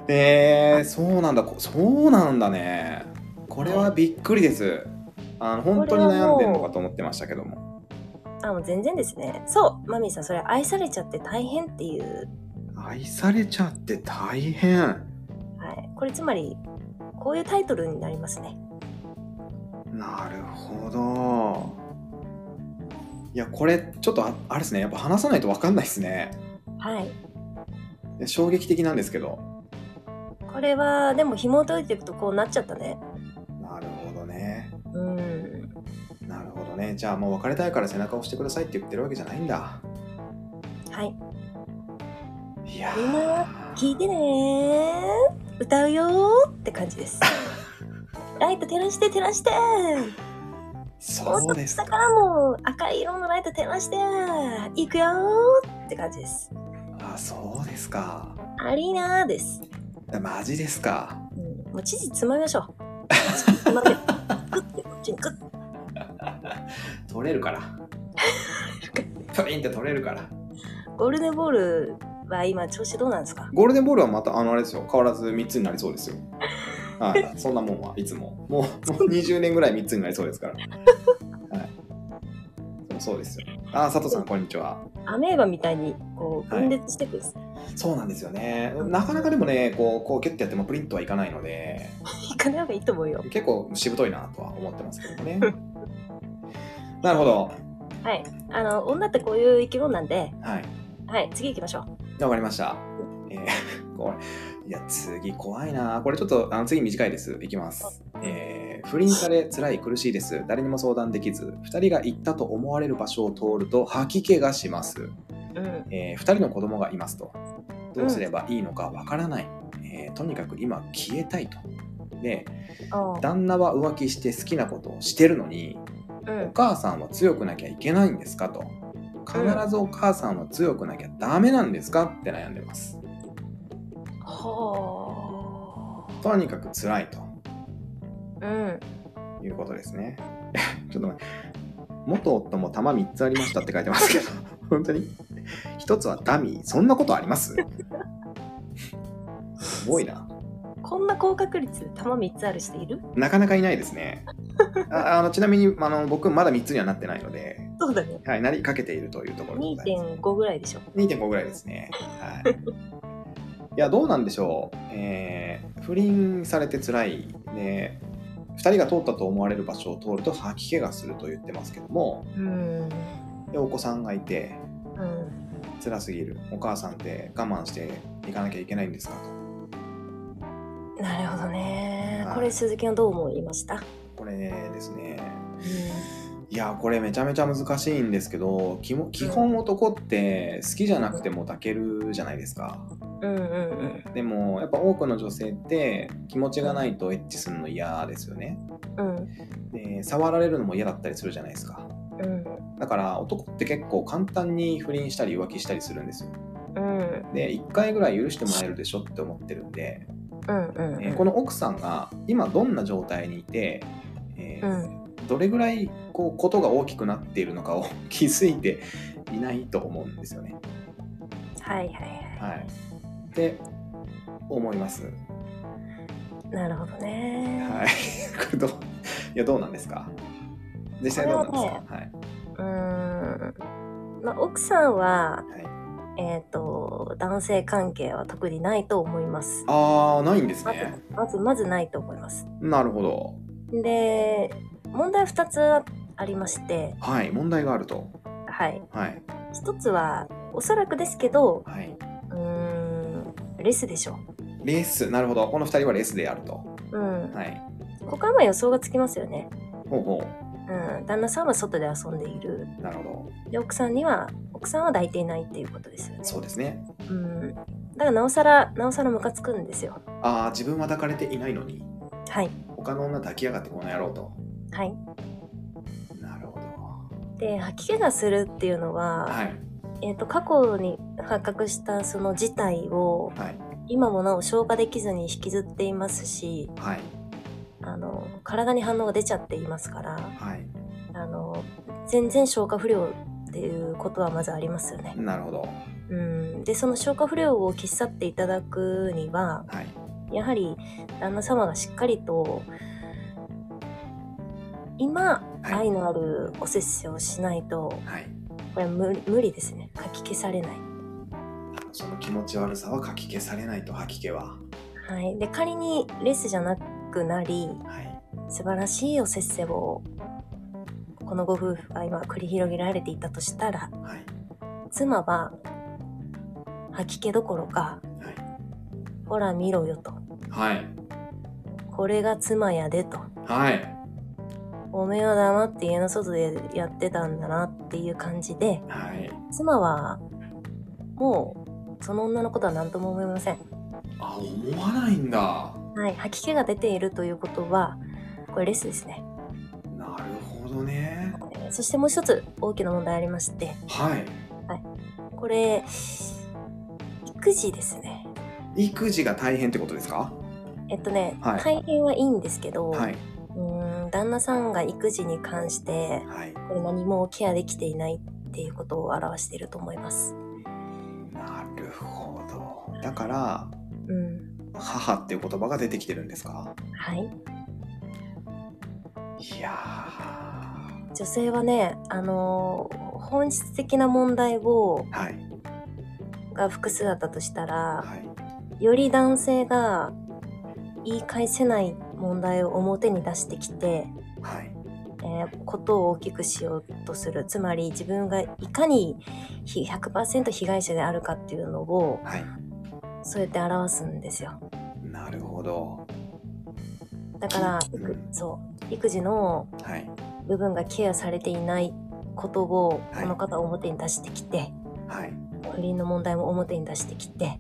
Speaker 1: えー、そうなんだこそうなんだねこれはびっくりですあの本当に悩んでるのかと思ってましたけども
Speaker 2: あ、もう全然ですね。そう、マミーさん、それ愛されちゃって大変っていう。
Speaker 1: 愛されちゃって大変
Speaker 2: はい。これつまり、こういうタイトルになりますね。
Speaker 1: なるほど。いや、これ、ちょっとあ、あれですね、やっぱ話さないと分かんないですね。
Speaker 2: はい。
Speaker 1: いや衝撃的なんですけど。
Speaker 2: これは、でも紐解いていくとこうなっちゃったね。
Speaker 1: なるほどね。
Speaker 2: うん。
Speaker 1: なるほどね。じゃあ、もう別れたいから背中を押してくださいって言ってるわけじゃないんだ。
Speaker 2: はい。
Speaker 1: いや
Speaker 2: みんな聞いてねー。歌うよーって感 じです。ライト照らして照らして
Speaker 1: そうです
Speaker 2: 下
Speaker 1: か。
Speaker 2: からも赤い色のライト照らしていくよーって感じです。
Speaker 1: あ、そうですか。
Speaker 2: アリーナーです。
Speaker 1: マジですか。
Speaker 2: うん、もう父つまみましょう。父つまんで。グッてこっちにグッて
Speaker 1: 取れるから。ピョインって取れるから。
Speaker 2: ゴールデンボールは今調子どうなんですか
Speaker 1: ゴールデンボールはまた、あの、あれですよ。変わらず3つになりそうですよ。はい。そんなもんはいつも。もう、もう20年ぐらい3つになりそうですから。はい。そうですよ。あー、佐藤さん、こんにちは。
Speaker 2: アメーバみたいにこう分裂していくんです。
Speaker 1: そうなんですよね。なかなかでもね、こう、こうキュッてやってもプリントはいかないので、
Speaker 2: い、かない方がいいと思うよ。
Speaker 1: 結構しぶといなとは思ってますけどもね。なるほど。
Speaker 2: はい。あの、女ってこういう生き物なんで、
Speaker 1: はい。
Speaker 2: はい、次行きましょう。
Speaker 1: わかりました。えー これ、いや、次怖いな。これちょっと、あの次短いです。いきます。えー不倫され、辛い、苦しいです。誰にも相談できず、二人が行ったと思われる場所を通ると吐き気がします。
Speaker 2: うん。
Speaker 1: えー、2人の子供がいますとどうすればいいのかわからない、えーとにかく今消えたいとで
Speaker 2: あ
Speaker 1: 旦那は浮気して好きなことをしてるのに
Speaker 2: う
Speaker 1: お
Speaker 2: ん。
Speaker 1: 母さんは強くなきゃいけないんですかと必ずお母さんは強くなきゃダメなんですかって悩んでます
Speaker 2: は
Speaker 1: とにかく辛いと
Speaker 2: あ。うん。
Speaker 1: いうことですね ちょっと待って元夫も玉3つありましたって書いてますけど 本当に一つはダミーそんなことありますすごいな
Speaker 2: こんな高確率で玉3つある人いる
Speaker 1: なかなかいないですね。ああのちなみにあの僕まだ3つにはなってないので、
Speaker 2: そうだね。
Speaker 1: はい、なりかけているというところでございます。
Speaker 2: 2.5ぐらいでしょ。
Speaker 1: 2.5ぐらいですね。はい、いやどうなんでしょう、えー不倫されて辛いね2人が通ったと思われる場所を通ると吐き気がすると言ってますけども
Speaker 2: うん。
Speaker 1: でお子さんがいて
Speaker 2: うん。
Speaker 1: 辛すぎるお母さんって我慢していかなきゃいけないんですかと
Speaker 2: なるほどね
Speaker 1: は。い
Speaker 2: これ鈴木はどう思いました
Speaker 1: これですね
Speaker 2: う
Speaker 1: いやこれめちゃめちゃ難しいんですけど基本基本男って好きじゃなくても抱けるじゃないですか
Speaker 2: ん。うんうんうん。
Speaker 1: でもやっぱ多くの女性って気持ちがないとエッチするの嫌ですよね
Speaker 2: うん。
Speaker 1: で触られるのも嫌だったりするじゃないですか
Speaker 2: うん。
Speaker 1: だから男って結構簡単に不倫したり浮気したりするんですよ
Speaker 2: うん。
Speaker 1: で1回ぐらい許してもらえるでしょって思ってるんで、
Speaker 2: うんうんうん。
Speaker 1: えーこの奥さんが今どんな状態にいて、えー
Speaker 2: うん。
Speaker 1: どれぐらいこうことが大きくなっているのかを 気づいていないと思うんですよね。
Speaker 2: はいはいは
Speaker 1: はい、って思います。
Speaker 2: い。なるほどね。
Speaker 1: はい、 これどういやどうなんですか実際どうなんですかはい、
Speaker 2: うーん。まあ、奥さんは、
Speaker 1: はい、
Speaker 2: えっ、と、男性関係は特にないと思います。
Speaker 1: ああないんです
Speaker 2: まず
Speaker 1: ね。、
Speaker 2: まず、まずないと思います。
Speaker 1: なるほど。
Speaker 2: で、問題2つありまして、
Speaker 1: はい問題があると。
Speaker 2: はい。
Speaker 1: はい
Speaker 2: 1つは、おそらくですけど、
Speaker 1: はい、
Speaker 2: うーん、レスでしょ。
Speaker 1: レースなるほどこの2人はレースであると。
Speaker 2: うん。
Speaker 1: はい、
Speaker 2: ここはまあ予想がつきますよね。
Speaker 1: ほうほ
Speaker 2: うん。旦那さんは外で遊んでいる。
Speaker 1: うなるほど
Speaker 2: で、奥さんには、奥さんは抱いていないっていうことですよね。
Speaker 1: そうですね。
Speaker 2: うん。だからなおさら、なおさらムカつくんですよ。
Speaker 1: ああ自分は抱かれていないのに
Speaker 2: はい。
Speaker 1: 他の女抱きやがってこの野郎と。
Speaker 2: はい。
Speaker 1: なるほど。
Speaker 2: で吐き気がするっていうのは、
Speaker 1: はい
Speaker 2: えー、と過去に発覚したその事態を
Speaker 1: はい
Speaker 2: 今もなお消化できずに引きずっていますし
Speaker 1: はい
Speaker 2: あの体に反応が出ちゃっていますから
Speaker 1: はい。
Speaker 2: あの全然消化不良っていうことはまずありますよね。
Speaker 1: なるほど。
Speaker 2: うん、でその消化不良を消し去っていただくには
Speaker 1: はい。
Speaker 2: やはり旦那様がしっかりと今、
Speaker 1: はい
Speaker 2: 愛のあるお接しをしないと
Speaker 1: はい。
Speaker 2: これは無理無理ですねかき消されない。
Speaker 1: その気持ち悪さはかき消されないと吐き気は。
Speaker 2: はい、で仮にレスじゃなくなり
Speaker 1: はい。
Speaker 2: 素晴らしいおせっせをこのご夫婦が今繰り広げられていたとしたら
Speaker 1: はい。
Speaker 2: 妻は吐き気どころか「ほら見ろよ」と
Speaker 1: はい。はい。
Speaker 2: 「これが妻やで」と
Speaker 1: はい。
Speaker 2: 「おめえは黙って家の外でやってたんだな」っていう感じで
Speaker 1: はい。
Speaker 2: 妻はもうその女のことは何とも思いません。
Speaker 1: あ、思わないんだ。
Speaker 2: はい、吐き気が出ているということはこれレスですね。
Speaker 1: なるほどね。
Speaker 2: そしてもう一つ大きな問題ありまして
Speaker 1: はい。
Speaker 2: これ育児ですね
Speaker 1: 育児が大変ってことですか。
Speaker 2: えっとね、
Speaker 1: はい
Speaker 2: 大変はいいんですけど、
Speaker 1: はい。
Speaker 2: うーん旦那さんが育児に関して
Speaker 1: はい。
Speaker 2: これ何もケアできていないっていうことを表していると思います
Speaker 1: なるほど。だから。
Speaker 2: うん
Speaker 1: 母っていう言葉が出てきてるんですか。
Speaker 2: はい
Speaker 1: いや
Speaker 2: 女性はねあのー本質的な問題を
Speaker 1: ー。はい。
Speaker 2: が複数あったとしたら
Speaker 1: はい。
Speaker 2: より男性が言い返せない問題を表に出してきて
Speaker 1: はい。
Speaker 2: えーことを大きくしようとするつまり自分がいかにひ100%被害者であるかっていうのを
Speaker 1: はい。
Speaker 2: そうやって表すんですよ
Speaker 1: なるほど。
Speaker 2: だから
Speaker 1: うん
Speaker 2: 育そう育児の
Speaker 1: はい。
Speaker 2: 部分がケアされていないことを
Speaker 1: はい
Speaker 2: この方は表に出してきて、
Speaker 1: はい。
Speaker 2: 不倫の問題も表に出してきて
Speaker 1: はい。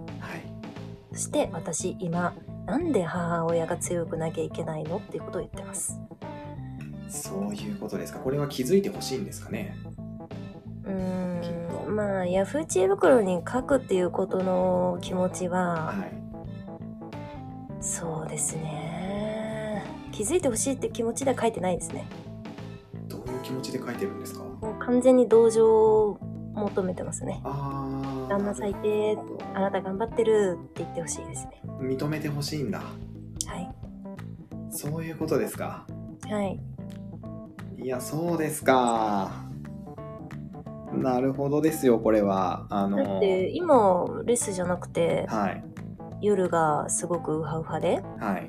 Speaker 2: そして私今なんで母親が強くなきゃいけないのっていうことを言ってます
Speaker 1: そういうことですか。これは気づいてほしいんですかね。
Speaker 2: うーんまあヤフー知恵袋に書くっていうことの気持ちは
Speaker 1: はい。
Speaker 2: そうですね気づいてほしいって気持ちでは書いてないですね
Speaker 1: どういう気持ちで書いてるんですか。
Speaker 2: もう完全に同情を求めてますね
Speaker 1: ああ。
Speaker 2: 旦那最低
Speaker 1: なるほど
Speaker 2: あなた頑張ってるって言ってほしいですね
Speaker 1: 認めてほしいんだ。
Speaker 2: はい
Speaker 1: そういうことですか。
Speaker 2: はい
Speaker 1: いや、そうですか。なるほどですよ。これは。あの。
Speaker 2: だって今レスじゃなくて
Speaker 1: はい。
Speaker 2: 夜がすごくウハウハで
Speaker 1: は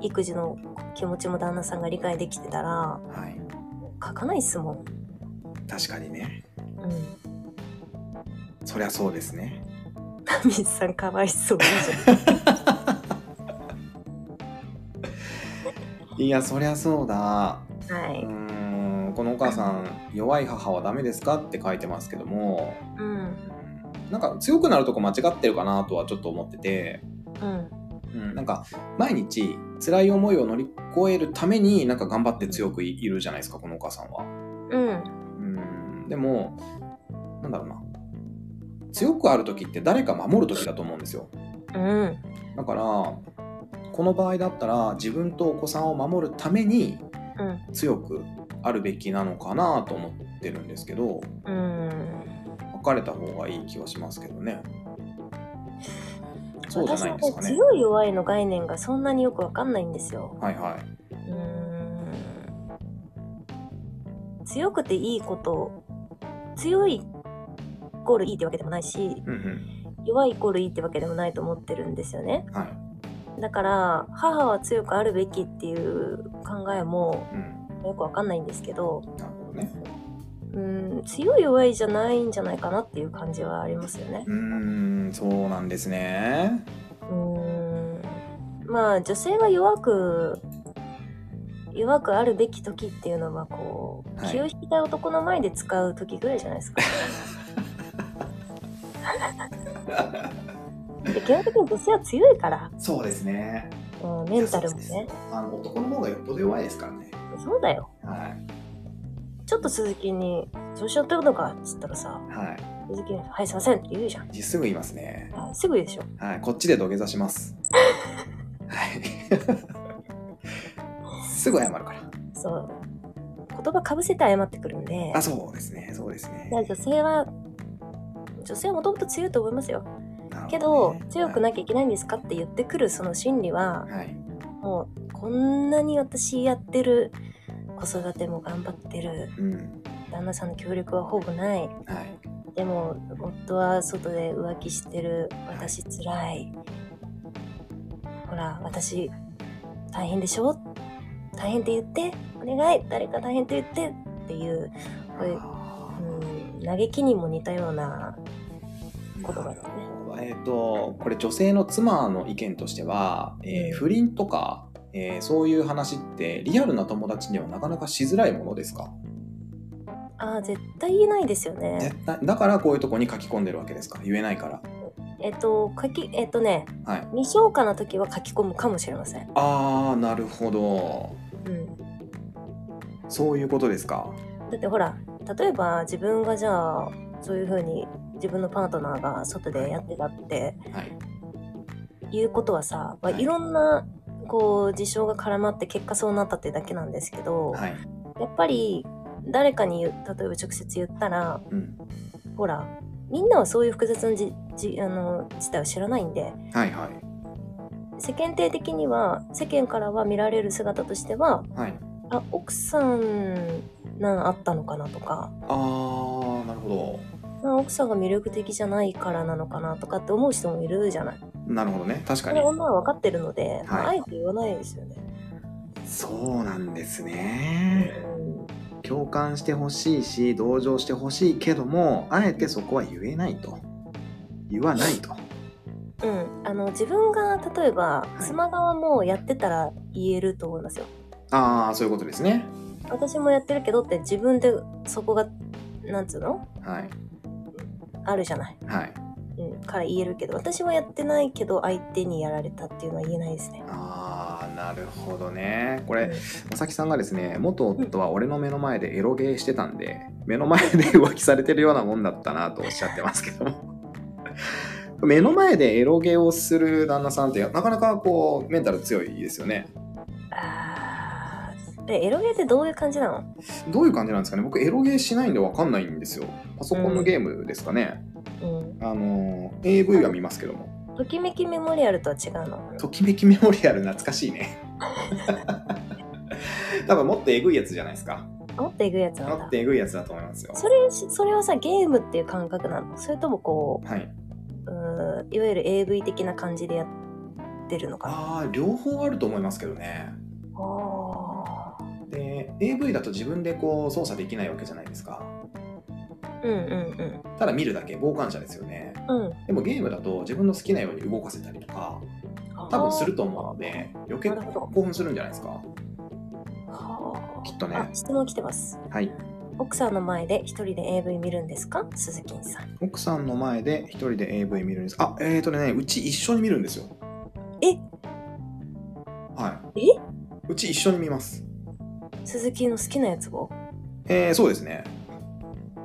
Speaker 1: い。
Speaker 2: 育児の気持ちも旦那さんが理解できてたら
Speaker 1: はい。
Speaker 2: 書かないっすもん、
Speaker 1: 確かにね。
Speaker 2: うん、
Speaker 1: そりゃそうですね。
Speaker 2: 神さんかわいそうだじ
Speaker 1: いや、そりゃそうだ。
Speaker 2: ゃんは
Speaker 1: う
Speaker 2: い、
Speaker 1: ーんこのお母さん「弱い母はダメですか?」って書いてますけども
Speaker 2: うん
Speaker 1: なんか強くなるとこ間違ってるかなとはちょっと思ってて、
Speaker 2: うん
Speaker 1: うん、なんか毎日辛い思いを乗り越えるためになんか頑張って強くいいるじゃないですかこのお母さんは。
Speaker 2: うん
Speaker 1: うんでもなんだろうな強くある時って誰か守る時だと思うんですよ。
Speaker 2: うん
Speaker 1: だからこの場合だったら自分とお子さんを守るために
Speaker 2: うん
Speaker 1: 強くあるべきなのかなと思ってるんですけど。
Speaker 2: うん
Speaker 1: 別れた方がいい気はしますけどね。そうじゃないんですか
Speaker 2: 私は
Speaker 1: ね。
Speaker 2: 強い弱いの概念がそんなによくわかんないんですよ
Speaker 1: はいはい。
Speaker 2: うん強くていいこと強いイコールいいってわけでもないし
Speaker 1: うん
Speaker 2: 弱いイコールいいってわけでもないと思ってるんですよね
Speaker 1: うん。はい。
Speaker 2: だから母は強くあるべきっていう考えも
Speaker 1: うん。
Speaker 2: よくわかんないんですけど
Speaker 1: なるほどね。
Speaker 2: うん強い弱いじゃないんじゃないかなっていう感じはありますよね
Speaker 1: うーん、そうなんですね。
Speaker 2: うんまあ女性は弱く弱くあるべき時っていうのはこう、
Speaker 1: はい
Speaker 2: 気を引きたい男の前で使う時ぐらいじゃな いですか。で基本的に女性は強いから、
Speaker 1: そうですね。
Speaker 2: うん、メンタル
Speaker 1: そう
Speaker 2: もね
Speaker 1: ですよ。あの男の方がよっぽど弱いですからね。
Speaker 2: そうだよ
Speaker 1: はい。
Speaker 2: ちょっと鈴木に「調子乗ってるのか」っつったらさ
Speaker 1: は
Speaker 2: 鈴木に「はいすいません」って言うじゃん
Speaker 1: い。すぐ言いますね。
Speaker 2: あすぐ言うでしょ
Speaker 1: はい。こっちで土下座します。 はい。すぐ謝るから。
Speaker 2: そう言葉かぶせて謝ってくるんで
Speaker 1: あ、そうですね。そうですね
Speaker 2: だから。女性は女性はもともと強いと思いますよ
Speaker 1: なるほね
Speaker 2: けど強くな
Speaker 1: き
Speaker 2: きゃいけないんですかって言ってくるその心理は
Speaker 1: ゃ。はい。
Speaker 2: もうこんなに私やってる子育ても頑張ってる
Speaker 1: うん。
Speaker 2: 旦那さんの協力はほぼない
Speaker 1: はい。
Speaker 2: でも夫は外で浮気してる私つらいほら私大変でしょ大変って言ってお願い誰か大変って言ってっていう、これ
Speaker 1: あー
Speaker 2: うん、嘆きにも似たような言葉ですね
Speaker 1: えー、とこれ女性の妻の意見としては、えー
Speaker 2: うん
Speaker 1: 不倫とか、えーそういう話ってリアルな友達にはなかなかしづらいものですか
Speaker 2: ああ絶対言えないですよね
Speaker 1: 絶対だからこういうとこに書き込んでるわけですか言えないから
Speaker 2: えっと書きえっとね
Speaker 1: はい
Speaker 2: 未消化な時は書き込むかもしれません。
Speaker 1: あーなるほど
Speaker 2: うん、
Speaker 1: そういうことですか
Speaker 2: だってほら例えば自分がじゃあそういう風に自分のパートナーが外でやってたって
Speaker 1: はい
Speaker 2: いうことはさ、まあ、
Speaker 1: はい
Speaker 2: いろんなこう事象が絡まって結果そうなったってだけなんですけど、
Speaker 1: はい
Speaker 2: やっぱり誰かに言う例えば直接言ったら
Speaker 1: うん
Speaker 2: ほらみんなはそういう複雑なじじあの事態を知らないんで
Speaker 1: はいはい
Speaker 2: 世間体的には世間からは見られる姿としては
Speaker 1: はい
Speaker 2: あ奥さんなんあったのかなとか
Speaker 1: あーなるほ
Speaker 2: まあ奥さんが魅力的じゃないからなのかなとかって思う人もいるじゃない。
Speaker 1: どなるほどね確
Speaker 2: こ
Speaker 1: かに
Speaker 2: れ女は分かってるので、まあ
Speaker 1: は
Speaker 2: あ
Speaker 1: い
Speaker 2: えて言わないですよね。
Speaker 1: そうなんです
Speaker 2: う
Speaker 1: ね
Speaker 2: ん
Speaker 1: 共感してほしいし同情してほしいけどもあえてそこは言えないと言わないと
Speaker 2: うん、あの自分が例えば
Speaker 1: い
Speaker 2: 妻側もやってたら言えると思いますよ。
Speaker 1: ああ、そういうことですね。
Speaker 2: 私もやってるけどって自分でそこがなんつうの
Speaker 1: はい。
Speaker 2: あるじゃない、
Speaker 1: はい。
Speaker 2: うん、から言えるけど私はやってないけど相手にやられたっていうのは言えないですね。
Speaker 1: ああ、なるほどね。こ
Speaker 2: う
Speaker 1: れ
Speaker 2: ん、
Speaker 1: おさきさんがですね、元夫は俺の目の前でエロゲーしてたんで、目の前で浮気されてるようなもんだったなとおっしゃってますけども。 目の前でエロゲーをする旦那さんってなかなかこうメンタル強いですよね。
Speaker 2: あーでエロゲーってどういう感じなの
Speaker 1: どういう感じなんですかね僕エロゲーしないんでわかんないんですよ。パソコンのゲームですかね。
Speaker 2: うん。
Speaker 1: あのー AV は見ますけども。
Speaker 2: ときめきメモリアルとは違うの
Speaker 1: ときめきメモリアル懐かしい ね。多分もっとえぐいやつじゃないですか。
Speaker 2: もっとえぐいやつな
Speaker 1: も
Speaker 2: んだ
Speaker 1: っと。えぐいやつだと思いますよ。
Speaker 2: それしそれはさゲームっていう感覚なのそれともこ
Speaker 1: はい。
Speaker 2: ううーいわゆる AV 的な感じでやってるのかな
Speaker 1: ああ両方あると思いますけどね
Speaker 2: あー
Speaker 1: で AV だと自分でこう操作できないわけじゃないですか
Speaker 2: うんうん
Speaker 1: ただ見るだけ傍観者ですよね
Speaker 2: うんうん
Speaker 1: でもゲームだと自分の好きなように動かせたりとか多分すると思うので余計
Speaker 2: なるほど
Speaker 1: 興奮するんじゃないですか
Speaker 2: は
Speaker 1: きっと
Speaker 2: あ
Speaker 1: ね
Speaker 2: あ質問来てます
Speaker 1: はい
Speaker 2: 奥さんの前で一人で AV 見るんですか鈴木さん
Speaker 1: 奥さんの前で一人で AV 見るんですあえーとねうち一緒に見るんですよ
Speaker 2: え
Speaker 1: はい
Speaker 2: え
Speaker 1: うち一緒に見ます
Speaker 2: 鈴木の好きなやつを
Speaker 1: えー、そうですね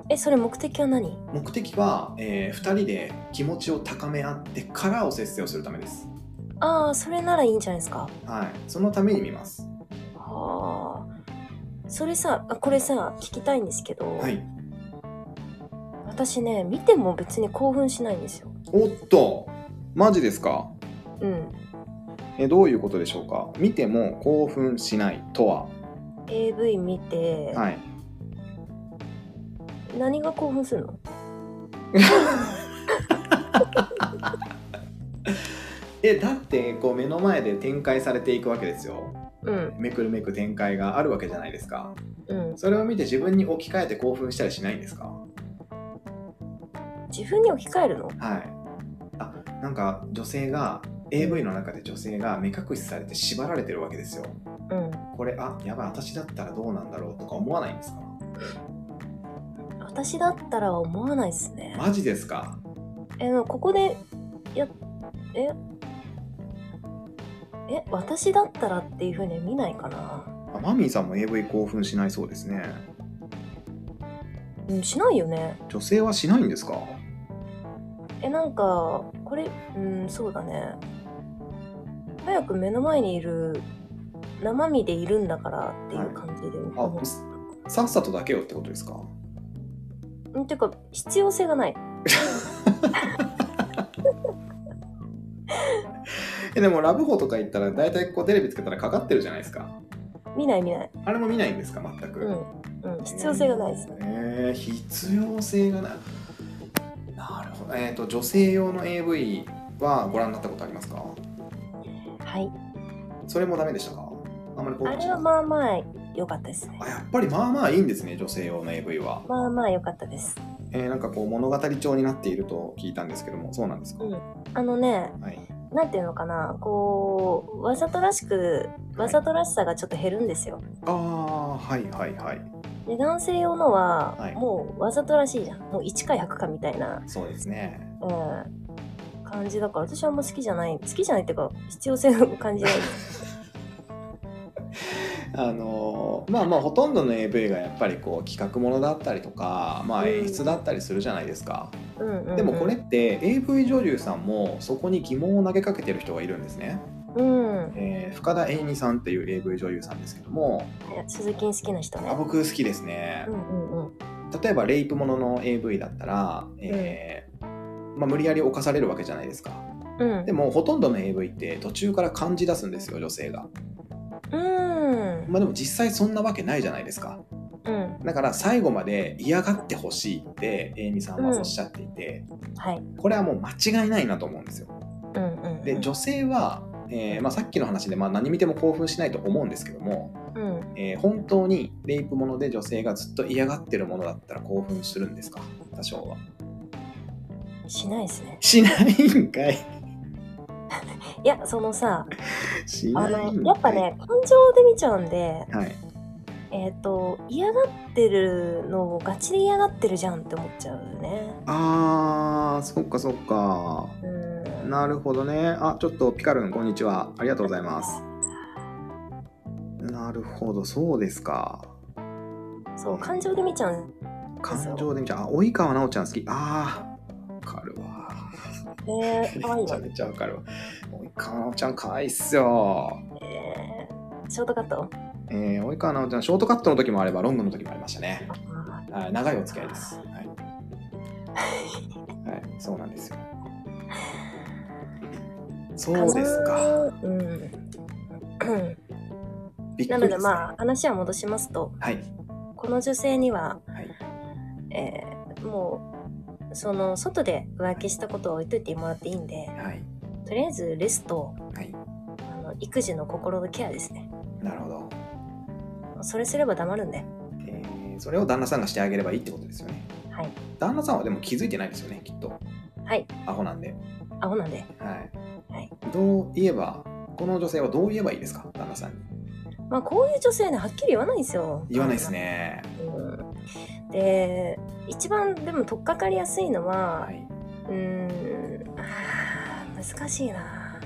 Speaker 2: えそれ目的は何
Speaker 1: 目的は、え2人で気持ちを高め合ってからお節制をするためです
Speaker 2: ああそれならいいんじゃないですか
Speaker 1: はいそのために見ます
Speaker 2: はあそれさあこれさ聞きたいんですけど、
Speaker 1: はい
Speaker 2: 私ね見ても別に興奮しないんですよ
Speaker 1: おっとマジですか
Speaker 2: うん
Speaker 1: えどういうことでしょうか見ても興奮しないとは
Speaker 2: AV 見て、
Speaker 1: はい
Speaker 2: 何が興奮するの
Speaker 1: えだってこう目の前で展開されていくわけですよ
Speaker 2: うん
Speaker 1: めくるめく展開があるわけじゃないですか
Speaker 2: うん
Speaker 1: それを見て自分に置き換えて興奮したりしないんですか
Speaker 2: 自分に置き換えるの
Speaker 1: はいあなんか女性が AV の中で女性が目隠しされて縛られてるわけですよ
Speaker 2: うん
Speaker 1: これあやばい私だったらどうなんだろうとか思わないんですか
Speaker 2: 私だったらは思わないですね、
Speaker 1: マジですか
Speaker 2: えでもここでやええ私だったらっていうふうに見ないかな
Speaker 1: あマミーさんも AV 興奮しないそうですね
Speaker 2: うんしないよね
Speaker 1: 女性はしないんですか
Speaker 2: えなんかこれうんそうだね早く目の前にいる生身でいるんだからっていう感じで、
Speaker 1: あさっさとだけよってことですか
Speaker 2: うん、ていうか必要性がない
Speaker 1: えでもラブホとか行ったら大体こうテレビつけたらかかってるじゃないですか
Speaker 2: 見ない見ない
Speaker 1: あれも見ないんですか全く、
Speaker 2: うん、うん、必要性がないですね。
Speaker 1: えー必要性がないなるほどえっ、と女性用の AV はご覧になったことありますか
Speaker 2: はい。
Speaker 1: それもダメでしたかあんまりこう
Speaker 2: あれはまあまあ良かったですね。
Speaker 1: あやっぱりまあまあいいんですね女性用の AV は、
Speaker 2: まあまあ良かったです。
Speaker 1: えーなんかこう物語調になっていると聞いたんですけどもそうなんですか、
Speaker 2: うんあのね、
Speaker 1: はい
Speaker 2: なんていうのかな、こう、わざとらしく、わざとらしさがちょっと減るんですよ。
Speaker 1: ああはいはいはい
Speaker 2: で、男性用のは
Speaker 1: はい、
Speaker 2: もうわざとらしいじゃん。もう1か100かみたいな、
Speaker 1: そうですね
Speaker 2: うん、感じだから、私はあんま好きじゃない、好きじゃないっていうか、必要性を感じない。
Speaker 1: あのーまあまあほとんどの AV がやっぱりこう企画ものだったりとか、まあ、演出だったりするじゃないですか、
Speaker 2: うんうん、うん。
Speaker 1: でもこれっ。て AV 女優さんもそこに疑問を投げかけてる人がいるんですね、
Speaker 2: うん。
Speaker 1: えー深田栄美さんっていう AV 女優さんですけども
Speaker 2: 鈴木に好きな人
Speaker 1: あ
Speaker 2: ね。
Speaker 1: 僕好きですね
Speaker 2: うんうんうん。
Speaker 1: 例えばレイプものの AV だったら、えーまあ、無理やり犯されるわけじゃないですか
Speaker 2: うん
Speaker 1: で。もほとんどの AV って途中から感じ出すんですよ女性が、
Speaker 2: うん。
Speaker 1: まあ、でも実際そんなわけないじゃないですか
Speaker 2: うん。
Speaker 1: だから最後まで嫌がってほしいってえ美さんはおっしゃっていて、
Speaker 2: はい。
Speaker 1: これはもう間違いないなと思うんですよ。
Speaker 2: うんうんうん。
Speaker 1: で女性は、えーまあ、さっきの話で、まあ、何見ても興奮しないと思うんですけども、
Speaker 2: うん。
Speaker 1: えー本当にレイプもので女性がずっと嫌がってるものだったら興奮するんですか多少は。
Speaker 2: しないですね。
Speaker 1: しないんかい
Speaker 2: いや、そのさ、
Speaker 1: し
Speaker 2: あ
Speaker 1: ないん
Speaker 2: の、
Speaker 1: だ
Speaker 2: やっぱね、感情で見ちゃうんで、
Speaker 1: はい。
Speaker 2: えっ、と、嫌がってるのをガチで嫌がってるじゃんって思っちゃうよね。
Speaker 1: あー、そっかそっか。
Speaker 2: うん。
Speaker 1: なるほどね。あ、ちょっとピカルン、こんにちは。ありがとうございます。なるほど、そうですか。
Speaker 2: そう、感情で見ちゃうん
Speaker 1: 感情で見ちゃう。あ、及川奈緒ちゃん好き。あー、わかるわ。
Speaker 2: で、可愛
Speaker 1: め
Speaker 2: い
Speaker 1: ちゃ
Speaker 2: よね。
Speaker 1: めちゃわかるわ。及川奈緒ちゃん、可愛いっすよ。
Speaker 2: ショートカット。
Speaker 1: えー、及川奈緒ちゃん、ショートカットの時もあれば、ロングの時もありましたね。
Speaker 2: あ
Speaker 1: はい長いお付き合いです。 はい。はい、そうなんですよ。そうですか。。
Speaker 2: うん。
Speaker 1: びっくり
Speaker 2: なのですまあ話は戻しますと
Speaker 1: はい。
Speaker 2: この女性には、
Speaker 1: はい
Speaker 2: えーもうその外で浮気したことは置いといてもらっていいんで
Speaker 1: はい。
Speaker 2: とりあえずレスと
Speaker 1: はい。
Speaker 2: あの育児の心のケアですね
Speaker 1: なるほど。
Speaker 2: それすれば黙るんで
Speaker 1: えーそれを旦那さんがしてあげればいいってことですよね。
Speaker 2: はい
Speaker 1: 旦那さんはでも気づいてないですよね、きっと。
Speaker 2: はい。
Speaker 1: アホなんで。
Speaker 2: アホなんで
Speaker 1: はい。
Speaker 2: はい
Speaker 1: どう言えば、この女性はどう言えばいいですか、旦那さんに。
Speaker 2: まあこういう女性ねはっきり言わないんですよ
Speaker 1: 言わないです、ね。
Speaker 2: うん、で一番でも取っかかりやすいのは、
Speaker 1: はい。
Speaker 2: うーんあー難しいな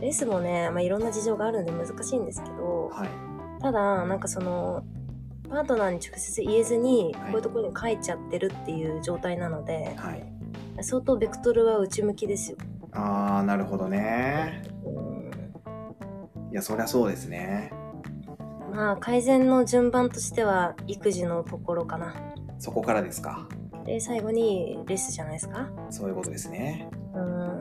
Speaker 2: レースもね、まあ、いろんな事情があるんで難しいんですけど
Speaker 1: はい。
Speaker 2: ただなんかそのパートナーに直接言えずにこ
Speaker 1: はいう
Speaker 2: いうところに書いちゃってるっていう状態なので
Speaker 1: はい。
Speaker 2: 相当ベクトルは内向きですよ。
Speaker 1: あー、なるほどね。
Speaker 2: うん
Speaker 1: いや、そりゃそうですね。
Speaker 2: まあ改善の順番としては育児のところかな。
Speaker 1: そこからですか。
Speaker 2: で最後にレースじゃないですか。
Speaker 1: そういうことですね。
Speaker 2: うん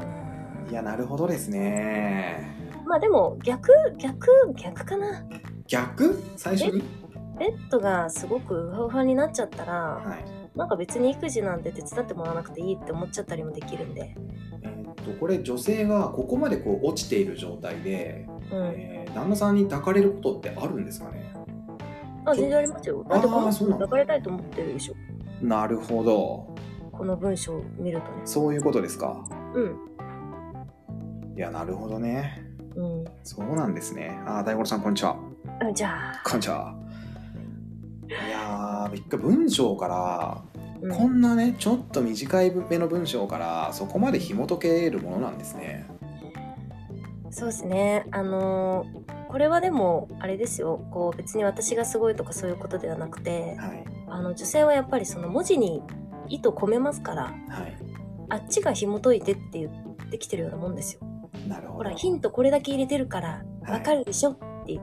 Speaker 1: いや、なるほどですね。
Speaker 2: まあでも逆逆逆かな。
Speaker 1: 逆最初に
Speaker 2: ベッドがすごくウハウハになっちゃったら
Speaker 1: はい。
Speaker 2: なんか別に育児なんて手伝ってもらわなくていいって思っちゃったりもできるんで、
Speaker 1: えーっと、これ女性がここまでこう落ちている状態で、
Speaker 2: うん、
Speaker 1: えー旦那さんに抱かれることってあるんですかね
Speaker 2: あ全然ありますよ
Speaker 1: あー
Speaker 2: だってこの
Speaker 1: そ
Speaker 2: 人
Speaker 1: うなんだ
Speaker 2: 抱かれたいと思ってるでしょ
Speaker 1: なるほど
Speaker 2: この文章を見るとね
Speaker 1: そういうことですか
Speaker 2: うん
Speaker 1: いやなるほどね
Speaker 2: うん
Speaker 1: そうなんですねあー大五郎さんこんにちは
Speaker 2: あじゃあ、
Speaker 1: こんにちはいやーびっくり文章から、
Speaker 2: うん
Speaker 1: こんなねちょっと短い目の文章からそこまで紐解けるものなんですね
Speaker 2: そうですねあのーこれはでもあれですよこう別に私がすごいとかそういうことではなくて
Speaker 1: はい
Speaker 2: あの女性はやっぱりその文字に意図込めますから
Speaker 1: はい
Speaker 2: あっちが紐解いてって言ってきてるようなもんですよ
Speaker 1: なるほど
Speaker 2: ほらヒントこれだけ入れてるからわかるでしょって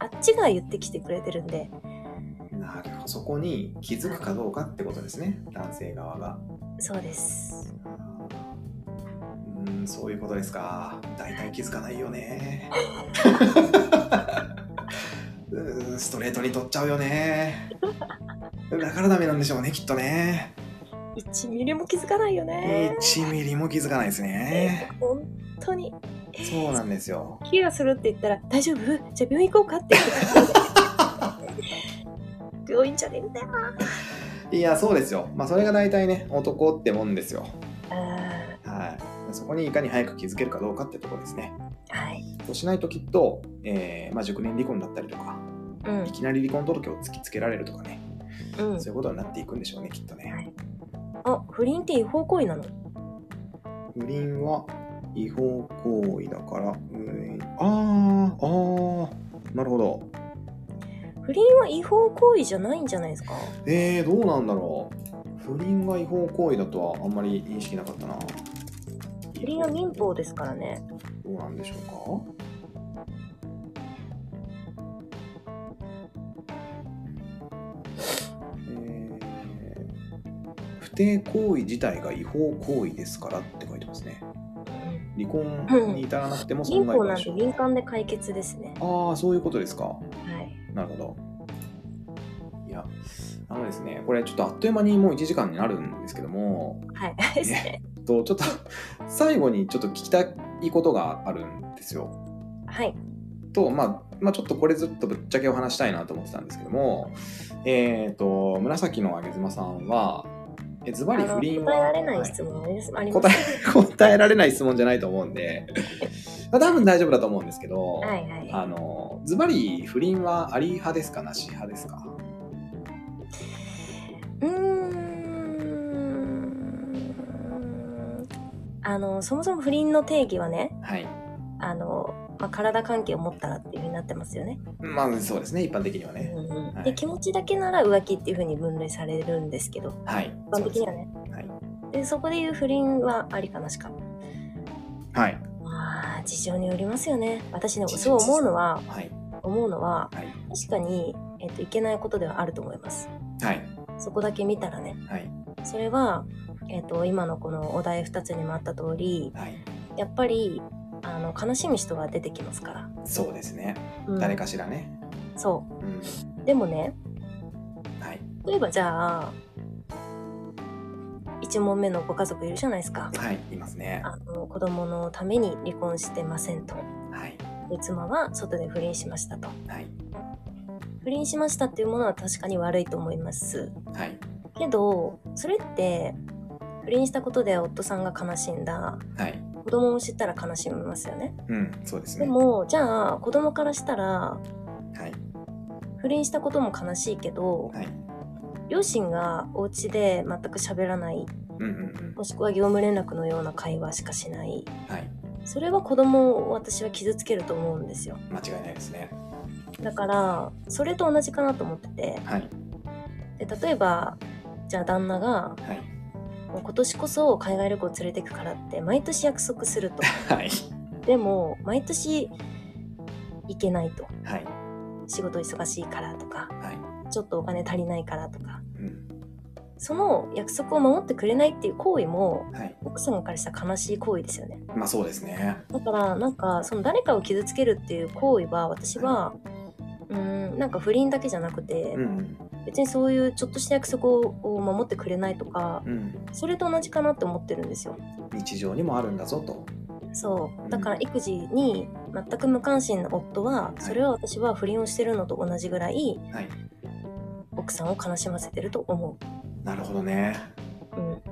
Speaker 2: あっちが言ってきてくれてるんで
Speaker 1: はいなるほどそこに気づくかどうかってことですね男性側が
Speaker 2: そうです
Speaker 1: うーんそういうことですか大体気づかないよねうーんストレートに取っちゃうよねだからダメなんでしょうねきっとね
Speaker 2: 1ミリも気づかないよね
Speaker 1: 1ミリも気づかないですね
Speaker 2: 本当に
Speaker 1: そうなんですよ
Speaker 2: 気がするって言ったら「大丈夫じゃあ病院行こうか」って言って病院じゃねえんだよ
Speaker 1: いやそうですよまあそれが大体ね男ってもんですよ
Speaker 2: あ
Speaker 1: はいそこにいかに早く気づけるかどうかってとこですね
Speaker 2: ーはい
Speaker 1: そうしないときっと、えーまあ、熟年離婚だったりとか
Speaker 2: うん
Speaker 1: いきなり離婚届を突きつけられるとかね
Speaker 2: うん
Speaker 1: そういうことになっていくんでしょうねきっとね
Speaker 2: あ不倫って違法行為なの
Speaker 1: 不倫は違法行為だから、うん、あーあーなるほど
Speaker 2: 不倫は違法行為じゃないんじゃないですか
Speaker 1: えー、どうなんだろう不倫が違法行為だとはあんまり認識なかったな
Speaker 2: 不倫は民法
Speaker 1: で
Speaker 2: ですからね
Speaker 1: どうなんでしょうかえー不貞行為自体が違法行為ですからって書いてますね
Speaker 2: うん
Speaker 1: 離婚に至らなくても損害
Speaker 2: 民
Speaker 1: 賠
Speaker 2: 法
Speaker 1: 償
Speaker 2: なんて民間で解決ですね
Speaker 1: ああそういうことですか
Speaker 2: はい
Speaker 1: なるほどいやあのですねこれちょっとあっという間にもう1時間になるんですけども
Speaker 2: はい ですね
Speaker 1: えっとちょっと 最後にちょっと聞きたいことがあるんですよ
Speaker 2: はい
Speaker 1: と、まあ、まあちょっとこれずっとぶっちゃけお話したいなと思ってたんですけどもえっ、と紫のあげ妻さんはえズバ
Speaker 2: あ
Speaker 1: リ
Speaker 2: の
Speaker 1: 不倫
Speaker 2: 答え
Speaker 1: は
Speaker 2: られない
Speaker 1: はい
Speaker 2: 質問ありますあります
Speaker 1: 答え答えられない質問じゃないと思うんでまあ、多分大丈夫だと思うんですけど、
Speaker 2: はいはい。
Speaker 1: あのズバリ不倫はあり派ですかなし派ですか
Speaker 2: うーんあのそもそも不倫の定義はね
Speaker 1: はい
Speaker 2: あの、まあ、体関係を持ったらっていうふうになってますよね。
Speaker 1: まあそうですね一般的にはね
Speaker 2: うん
Speaker 1: はい
Speaker 2: で気持ちだけなら浮気っていうふうに分類されるんですけど
Speaker 1: はい
Speaker 2: 一般的にはね。
Speaker 1: はい
Speaker 2: でそこで言う不倫はありかなしか。
Speaker 1: はい
Speaker 2: まあ事情によりますよね。私ねそう思うのは
Speaker 1: はい
Speaker 2: 思うのは
Speaker 1: はい
Speaker 2: 確かに、えっと、いけないことではあると思います。
Speaker 1: はい
Speaker 2: そこだけ見たらね
Speaker 1: はい
Speaker 2: それは、えっと、今のこのお題2つにもあった通り
Speaker 1: はい
Speaker 2: やっぱりあの悲しむ人が出てきますから、
Speaker 1: そうですね
Speaker 2: うん
Speaker 1: 誰かしらね
Speaker 2: そ
Speaker 1: うん
Speaker 2: うでもね
Speaker 1: はい
Speaker 2: 例えばじゃあ1問目のご家族いるじゃないですか
Speaker 1: はいいますね
Speaker 2: あの子供のために離婚してませんと
Speaker 1: はい
Speaker 2: で妻は外で不倫しましたと
Speaker 1: はい
Speaker 2: 不倫しましたっていうものは確かに悪いと思います
Speaker 1: はい
Speaker 2: けどそれって不倫したことで夫さんが悲しんだ
Speaker 1: はい
Speaker 2: 子供を知ったら悲しみますよね
Speaker 1: うんそうです
Speaker 2: で
Speaker 1: ね
Speaker 2: もじゃあ子供からしたら
Speaker 1: はい
Speaker 2: 不倫したことも悲しいけど
Speaker 1: はい
Speaker 2: 両親がお家で全く喋らない
Speaker 1: うんうんうん
Speaker 2: もしくは業務連絡のような会話しかしない
Speaker 1: はい
Speaker 2: それは子供を私は傷つけると思うんですよ
Speaker 1: 間違いないですね
Speaker 2: だからそれと同じかなと思ってて
Speaker 1: はい
Speaker 2: で例えばじゃあ旦那が
Speaker 1: はい
Speaker 2: もう今年こそ海外旅行連れてくからって毎年約束すると
Speaker 1: はい
Speaker 2: でも毎年行けないと
Speaker 1: はい
Speaker 2: 仕事忙しいからとか
Speaker 1: はい
Speaker 2: ちょっとお金足りないからとか
Speaker 1: うん
Speaker 2: その約束を守ってくれないっていう行為も
Speaker 1: はい
Speaker 2: 奥様からしたら悲しい行為ですよね
Speaker 1: まあそうですね
Speaker 2: だからなんかその誰かを傷つけるっていう行為は私はうーんなんか不倫だけじゃなくて、
Speaker 1: うんうん
Speaker 2: 別にそういうちょっとした約束を守ってくれないとか
Speaker 1: うん
Speaker 2: それと同じかなって思ってるんですよ
Speaker 1: 日常にもあるんだぞと
Speaker 2: そうだから育児に全く無関心な夫はそれは私は不倫をしてるのと同じぐらい
Speaker 1: はい
Speaker 2: 奥さんを悲しませてると思
Speaker 1: なるほどね
Speaker 2: う、うん、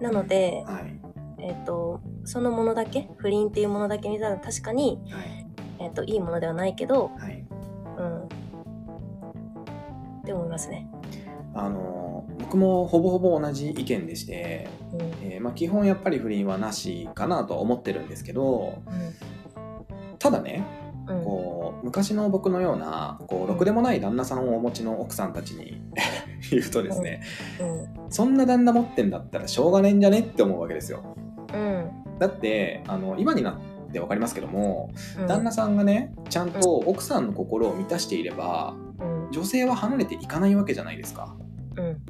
Speaker 2: なので、
Speaker 1: はい
Speaker 2: えっとそのものだけ不倫っていうものだけ見たら確かに、
Speaker 1: はい
Speaker 2: えっといいものではないけど、
Speaker 1: はい
Speaker 2: うん、って思いますね。
Speaker 1: あの僕もほぼほぼ同じ意見でして、
Speaker 2: うんうん
Speaker 1: えーまあ、基本やっぱり不倫はなしかなとは思ってるんですけどただね
Speaker 2: うん
Speaker 1: こう昔の僕のようなこうろくでもない旦那さんをお持ちの奥さんたちに 言うとですね
Speaker 2: うん
Speaker 1: そんな旦那持ってんだったらしょうがねえんじゃねって思うわけですよ
Speaker 2: うん
Speaker 1: だってあの今になって分かりますけども
Speaker 2: うん
Speaker 1: 旦那さんがねちゃんと奥さんの心を満たしていれば
Speaker 2: うん
Speaker 1: 女性は離れていかないわけじゃないですか。
Speaker 2: うん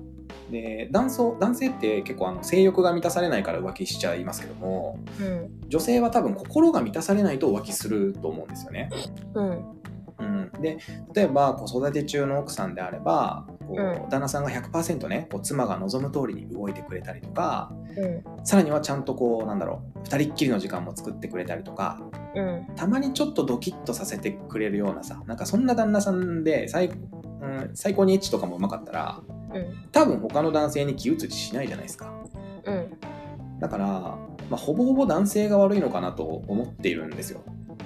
Speaker 1: で男装男性って結構あの性欲が満たされないから浮気しちゃいますけども
Speaker 2: うん
Speaker 1: 女性は多分心が満たされないと浮気すると思うんですよね。
Speaker 2: うん
Speaker 1: うん、で例えば子育て中の奥さんであればこう、
Speaker 2: う
Speaker 1: 旦那さんが100%ねこう妻が望む通りに動いてくれたりとか
Speaker 2: うん
Speaker 1: さらにはちゃんとこうなんだろう2人っきりの時間も作ってくれたりとか
Speaker 2: うん
Speaker 1: たまにちょっとドキッとさせてくれるようなさなんかそんな旦那さんで最,、うん、最高にエッチとかもうまかったら
Speaker 2: うん
Speaker 1: 多分他の男性に気移りしないじゃないですか。
Speaker 2: うん
Speaker 1: だから、まあ、ほぼほぼ男性が悪いのかなと思っているんですよ。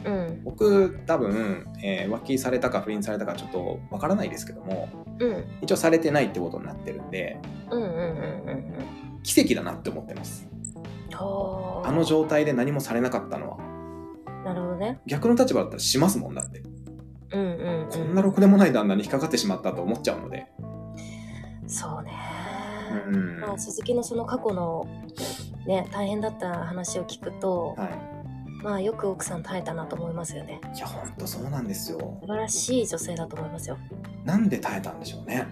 Speaker 2: うん
Speaker 1: 僕多分、えー浮気されたか不倫されたかちょっとわからないですけども
Speaker 2: うん
Speaker 1: 一応されてないってことになってるんで
Speaker 2: うんうんうんうんうん
Speaker 1: 奇跡だなって思ってます
Speaker 2: はー
Speaker 1: あの状態で何もされなかったのは
Speaker 2: なるほどね。
Speaker 1: 逆の立場だったらしますもんだって
Speaker 2: うんうん、うん。
Speaker 1: こんなろくでもない旦那に引っかかってしまったと思っちゃうので
Speaker 2: そうね。
Speaker 1: うん
Speaker 2: ま
Speaker 1: は
Speaker 2: あ、鈴木のその過去の、ね、大変だった話を聞くと、まあ、よく奥さん耐えたなと思いますよね。
Speaker 1: いいやほんとそうなんですよ
Speaker 2: 素晴らしい女性だと思いますよ。
Speaker 1: なんで耐えたんでしょうね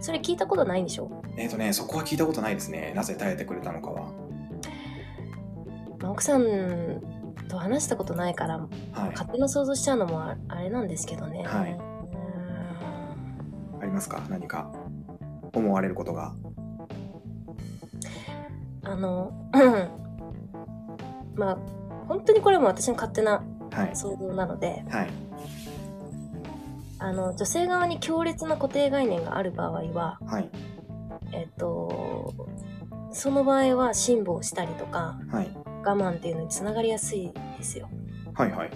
Speaker 2: それ聞いたことないんでしょ、
Speaker 1: えっ、とねそこは聞いたことないですねなぜ耐えてくれたのかは
Speaker 2: まあ、奥さんと話したことないから、
Speaker 1: はい
Speaker 2: 勝手な想像しちゃうのもああれなんですけどね。
Speaker 1: はいう
Speaker 2: ーん
Speaker 1: ありますか何か思われることが
Speaker 2: あの、 まあ、本当にこれも私の勝手な
Speaker 1: はい
Speaker 2: 想像なので、
Speaker 1: はい
Speaker 2: あの女性側に強烈な固定概念がある場合は、
Speaker 1: はい
Speaker 2: えっと、その場合は辛抱したりとか
Speaker 1: はい
Speaker 2: 慢っていうのにつながりやすいですよ。
Speaker 1: はいはい。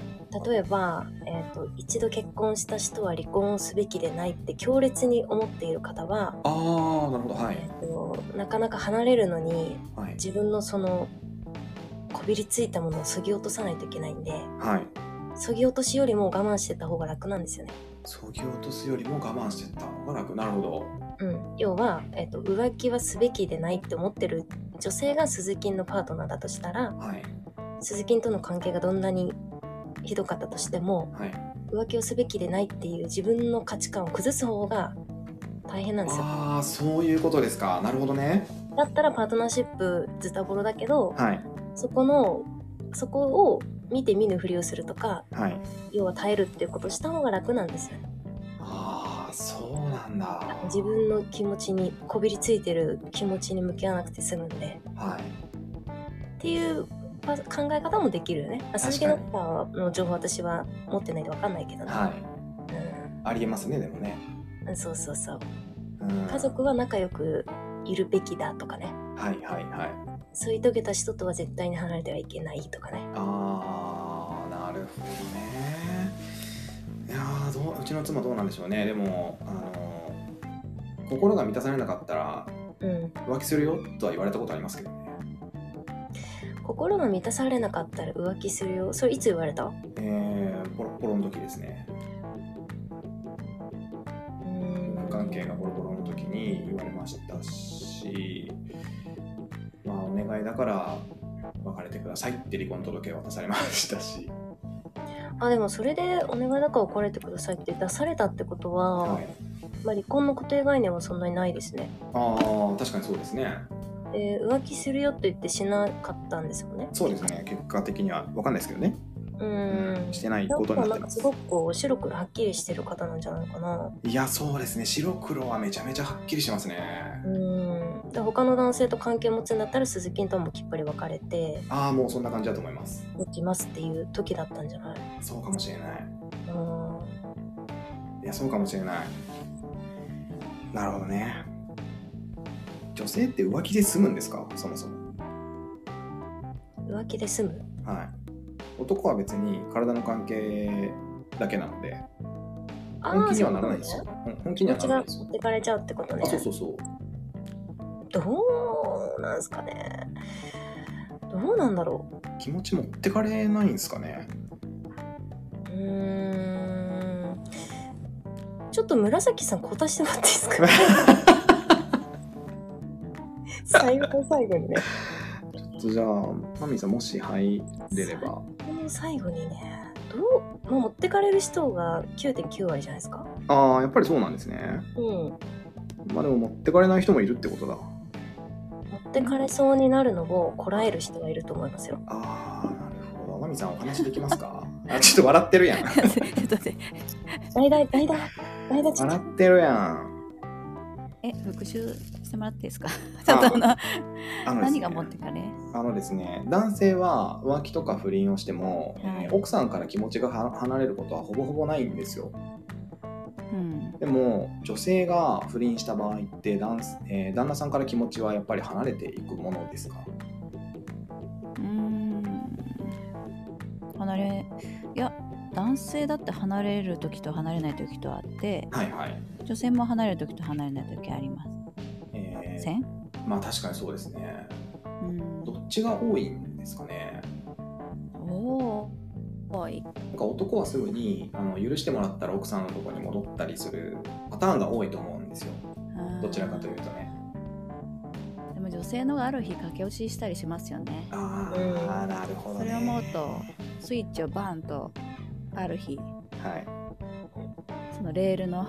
Speaker 2: 例えば、えー、と一度結婚した人は離婚をすべきでないって強烈に思っている方
Speaker 1: あ
Speaker 2: は、
Speaker 1: あ、なるほど。はい。
Speaker 2: えーとなかなか離れるのに
Speaker 1: はい。
Speaker 2: 自分のそのこびりついたものをそぎ落とさないといけないんで
Speaker 1: はい。
Speaker 2: そぎ落としよりも我慢してた方が楽なんですよね。
Speaker 1: そぎ落とすよりも我慢してった方が楽。なるほど。
Speaker 2: うん、要は、えー、と浮気はすべきでないって思ってる女性が鈴木のパートナーだとしたら
Speaker 1: はい。
Speaker 2: 鈴木との関係がどんなにひどかったとしても
Speaker 1: はい。
Speaker 2: 浮気をすべきでないっていう自分の価値観を崩す方が大変なんですよ
Speaker 1: ああ、そういうことですか。なるほどね。
Speaker 2: だったらパートナーシップズタボロだけど
Speaker 1: はい。
Speaker 2: そこのそこを見て見ぬふりをするとか
Speaker 1: はい。
Speaker 2: 要は耐えるっていうことをした方が楽なんですよ
Speaker 1: ああ、そうなんだ。
Speaker 2: 自分の気持ちにこびりついてる気持ちに向き合わなくて済むんで
Speaker 1: はい。
Speaker 2: っていうま考え方もできるよねあ鈴木の方の情報私は持ってないで分かんないけどね、
Speaker 1: はい。ありえますね、でもね。
Speaker 2: うん、そうそうそう
Speaker 1: うん
Speaker 2: 家族は仲良くいるべきだとかね
Speaker 1: はいはいはい。
Speaker 2: 添い遂げた人とは絶対に離れてはいけないとかね
Speaker 1: ああ、なるほどね。いやーどううちの妻どうなんでしょうね。でも、あのー心が満たされなかったら
Speaker 2: うん
Speaker 1: 浮気するよとは言われたことありますけどね。
Speaker 2: 心が満たされなかったら浮気するよそれいつ言われたう
Speaker 1: えー、ポロポロの時ですね。
Speaker 2: ーん
Speaker 1: 関係がボロボロの時に言われましたし、まあ、お願いだから別れてくださいって離婚届渡されましたし、
Speaker 2: あでもそれでお願いだから別れてくださいって出されたってことは、
Speaker 1: はい、
Speaker 2: まあ、離婚の固定概念はそんなにないですね
Speaker 1: ああ確かにそうですね
Speaker 2: で浮気するよって言ってしなかったんですよね
Speaker 1: そうですね結果的には分かんないですけどね
Speaker 2: うーん
Speaker 1: してない
Speaker 2: な
Speaker 1: こ
Speaker 2: ん
Speaker 1: と
Speaker 2: か
Speaker 1: になっ
Speaker 2: な
Speaker 1: て
Speaker 2: ん
Speaker 1: ま
Speaker 2: か
Speaker 1: す
Speaker 2: すごくこう白黒はっきりしてる方なんじゃないかない
Speaker 1: やそうですね白黒はめちゃめちゃはっきりしてますね
Speaker 2: うーんで他の男性と関係持つんだったら鈴木とはもうきっぱり別れて
Speaker 1: ああもうそんな感じだと思います
Speaker 2: 行きますっていう時だったんじゃない
Speaker 1: そうかもしれないう
Speaker 2: ーん
Speaker 1: いやそうかもしれないなるほどね女性って浮気で済むんですかそもそも
Speaker 2: 浮気で済む
Speaker 1: はい男は別に体の関係だけなので
Speaker 2: あ
Speaker 1: 本
Speaker 2: ー
Speaker 1: 気に
Speaker 2: そう
Speaker 1: は
Speaker 2: な
Speaker 1: ならないで
Speaker 2: のね
Speaker 1: すよ、うん本気にはならないです
Speaker 2: 持
Speaker 1: よ
Speaker 2: ってかれちゃうってことね
Speaker 1: あそうそうそう
Speaker 2: どうなんすかねどうなんだろう
Speaker 1: 気持ち持ってかれないんですか ね
Speaker 2: うーんちょっと紫さん答えしてもらっていいです か最後の最後にね
Speaker 1: じゃあマミーさんもし入れれば
Speaker 2: 最後の最後にねどう、まあ、持ってかれる人が9.9割じゃないですか
Speaker 1: ああやっぱりそうなんですね
Speaker 2: うん
Speaker 1: まあでも持ってかれない人もいるってことだ
Speaker 2: 持ってかれそうになるのをこらえる人がいると思いますよ
Speaker 1: ああなるほどマミーさんお話できますかあちょっと笑って るやん
Speaker 3: ちょっと待って
Speaker 2: 大々大々大々ちょっ
Speaker 1: 笑
Speaker 2: と
Speaker 1: ってるやん
Speaker 3: え復習してもらっていいですかちょっとあの
Speaker 1: あのですね
Speaker 3: 何が持ってかれ
Speaker 1: あのですね男性は浮気とか不倫をしても、
Speaker 3: はい
Speaker 1: えー奥さんから気持ちがは離れることはほぼほぼないんですよ
Speaker 3: うん
Speaker 1: でも女性が不倫した場合って男,、えー旦那さんから気持ちはやっぱり離れていくものですか
Speaker 3: うーん離れいや男性だって離れる時と離れない時とあって
Speaker 1: はいはい、
Speaker 3: 女性も離れる時と離れない時ありま
Speaker 1: え
Speaker 3: せ
Speaker 1: ー、
Speaker 3: ん、
Speaker 1: まあ確かにそうですね
Speaker 3: うん
Speaker 1: どっちが多いんですかね
Speaker 3: おーおい
Speaker 1: なんか男はすぐにあの許してもらったら奥さんのとこに戻ったりするパターンが多いと思うんですよどちらかというとね
Speaker 3: うんでも女性のがある日駆け落ちしたりしますよね
Speaker 1: ああ、なるほど
Speaker 3: そ
Speaker 1: ね
Speaker 3: れを思うとスイッチをバーンとある日
Speaker 1: はい
Speaker 3: そのレールの
Speaker 1: は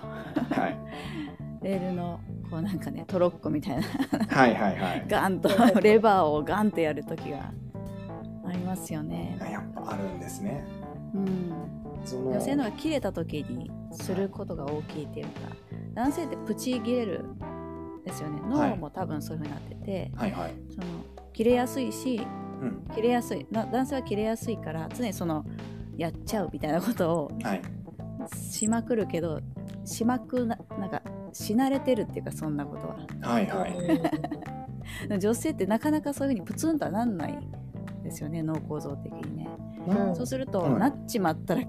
Speaker 1: い
Speaker 3: レールのこうなんかねトロッコみたいな
Speaker 1: はいはい はい
Speaker 3: ガンとレバーをガンとやる時がありますよね。
Speaker 1: あやっぱあるんですね
Speaker 3: うん、
Speaker 1: その
Speaker 3: 女性のが切れた時にすることが大きいっていうか男性ってプチ切れるんですよね
Speaker 1: はい
Speaker 3: 脳も多分そういう風になってて、
Speaker 1: はいはい
Speaker 3: その切れやすいし
Speaker 1: うん
Speaker 3: 切れやすいな男性は切れやすいから常にそのやっちゃうみたいなことを
Speaker 1: はい
Speaker 3: しまくるけどしまくななんかし慣れてるっていうかそんなことは
Speaker 1: はいはい
Speaker 2: うん
Speaker 3: 女性ってなかなかそういう風にプツンとはなんないですよね脳構造的にね、
Speaker 2: うん
Speaker 3: そうすると、
Speaker 1: はい
Speaker 3: なっちまったらも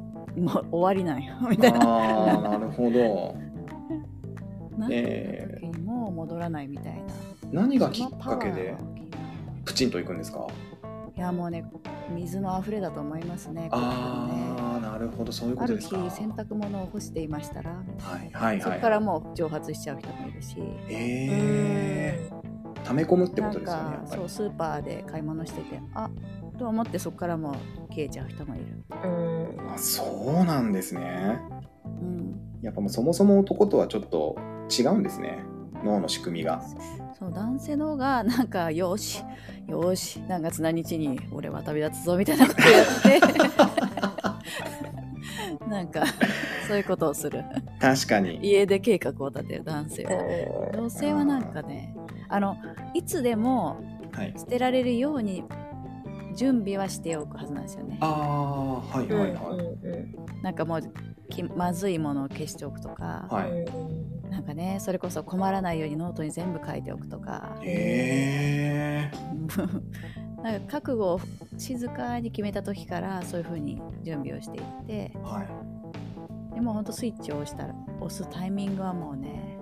Speaker 3: う終わりな んよみたいな
Speaker 1: ああ、なるほど。
Speaker 3: なっ
Speaker 1: え
Speaker 3: た時にもう戻らないみたいな
Speaker 1: 何がき
Speaker 3: その
Speaker 1: っ
Speaker 3: パワ
Speaker 1: かけ
Speaker 3: ー
Speaker 1: で
Speaker 3: が大きいな
Speaker 1: プチンといくんですか
Speaker 3: いやもうね水の溢れだと思いますねこれからね
Speaker 1: ああ、なるほど、そういうこ
Speaker 3: あ
Speaker 1: と
Speaker 3: る
Speaker 1: です
Speaker 3: 日
Speaker 1: か。
Speaker 3: 洗濯物を干していましたら、
Speaker 1: はいはい
Speaker 3: そ
Speaker 1: は
Speaker 3: こ
Speaker 1: い
Speaker 3: か
Speaker 1: は
Speaker 3: ら
Speaker 1: い。
Speaker 3: もう蒸発しちゃう人もいるし、
Speaker 1: ええ、溜め込むって
Speaker 3: な
Speaker 1: こ
Speaker 3: ん
Speaker 1: とですよね、
Speaker 3: か
Speaker 1: やっぱり
Speaker 3: そ。うスーパーで買い物しててあと思ってそこからもう消えちゃう人もいる、
Speaker 2: うん
Speaker 1: あ、そうなんですね。
Speaker 3: うん、
Speaker 1: やっぱもうそもそも男とはちょっと違うんですね。脳の仕組みが。
Speaker 3: そう男性の方がなんかよーしよーし何月何日に俺は旅立つぞみたいなこと やってなんかそういうことをする
Speaker 1: 確かに。
Speaker 3: 家で計画を立てる男性は
Speaker 2: う
Speaker 3: 女性はなんかねあのいつでも
Speaker 1: はい。
Speaker 3: 捨てられるように準備はしておくはずなんですよね
Speaker 1: ああ、はい
Speaker 2: ん
Speaker 1: はいはい。
Speaker 2: うん
Speaker 3: なんかもうきまずいものを消しておくとか、
Speaker 1: は
Speaker 2: う
Speaker 1: い。
Speaker 2: ん
Speaker 3: なんかねそれこそ困らないようにノートに全部書いておくとか
Speaker 1: ええ、
Speaker 3: なんか覚悟を静かに決めた時からそういう風に準備をしていって
Speaker 1: はい。
Speaker 3: でもほんとスイッチを押したら押すタイミングはもうね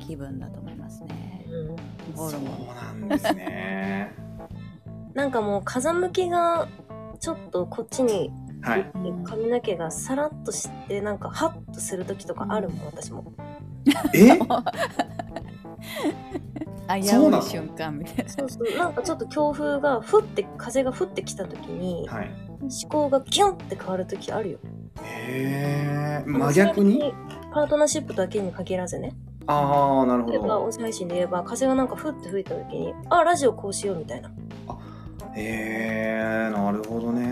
Speaker 3: 気分だと思いますね
Speaker 2: うん
Speaker 3: ホ
Speaker 1: そ
Speaker 3: ル
Speaker 1: う
Speaker 3: モン
Speaker 1: なんですね。
Speaker 2: なんかもう風向きがちょっとこっちに
Speaker 1: はい。
Speaker 2: 髪の毛がさらっとしてなんかハッとする時とかあるもん私も
Speaker 1: え、
Speaker 3: 危
Speaker 1: そう
Speaker 3: う
Speaker 1: ないの
Speaker 3: 瞬間みたいな
Speaker 2: そうそうなんかちょっと強風がふって風がふってきた時に
Speaker 1: はい。
Speaker 2: 思考がギュンって変わる時あるよ
Speaker 1: ええ、真逆に。
Speaker 2: パートナーシップだけに限らずね
Speaker 1: ああ、なるほ
Speaker 2: 例えば
Speaker 1: ど。
Speaker 2: 音声配信で言えば風がなんかふって吹いた時にあラジオこうしようみたいな
Speaker 1: ええ、なるほどね。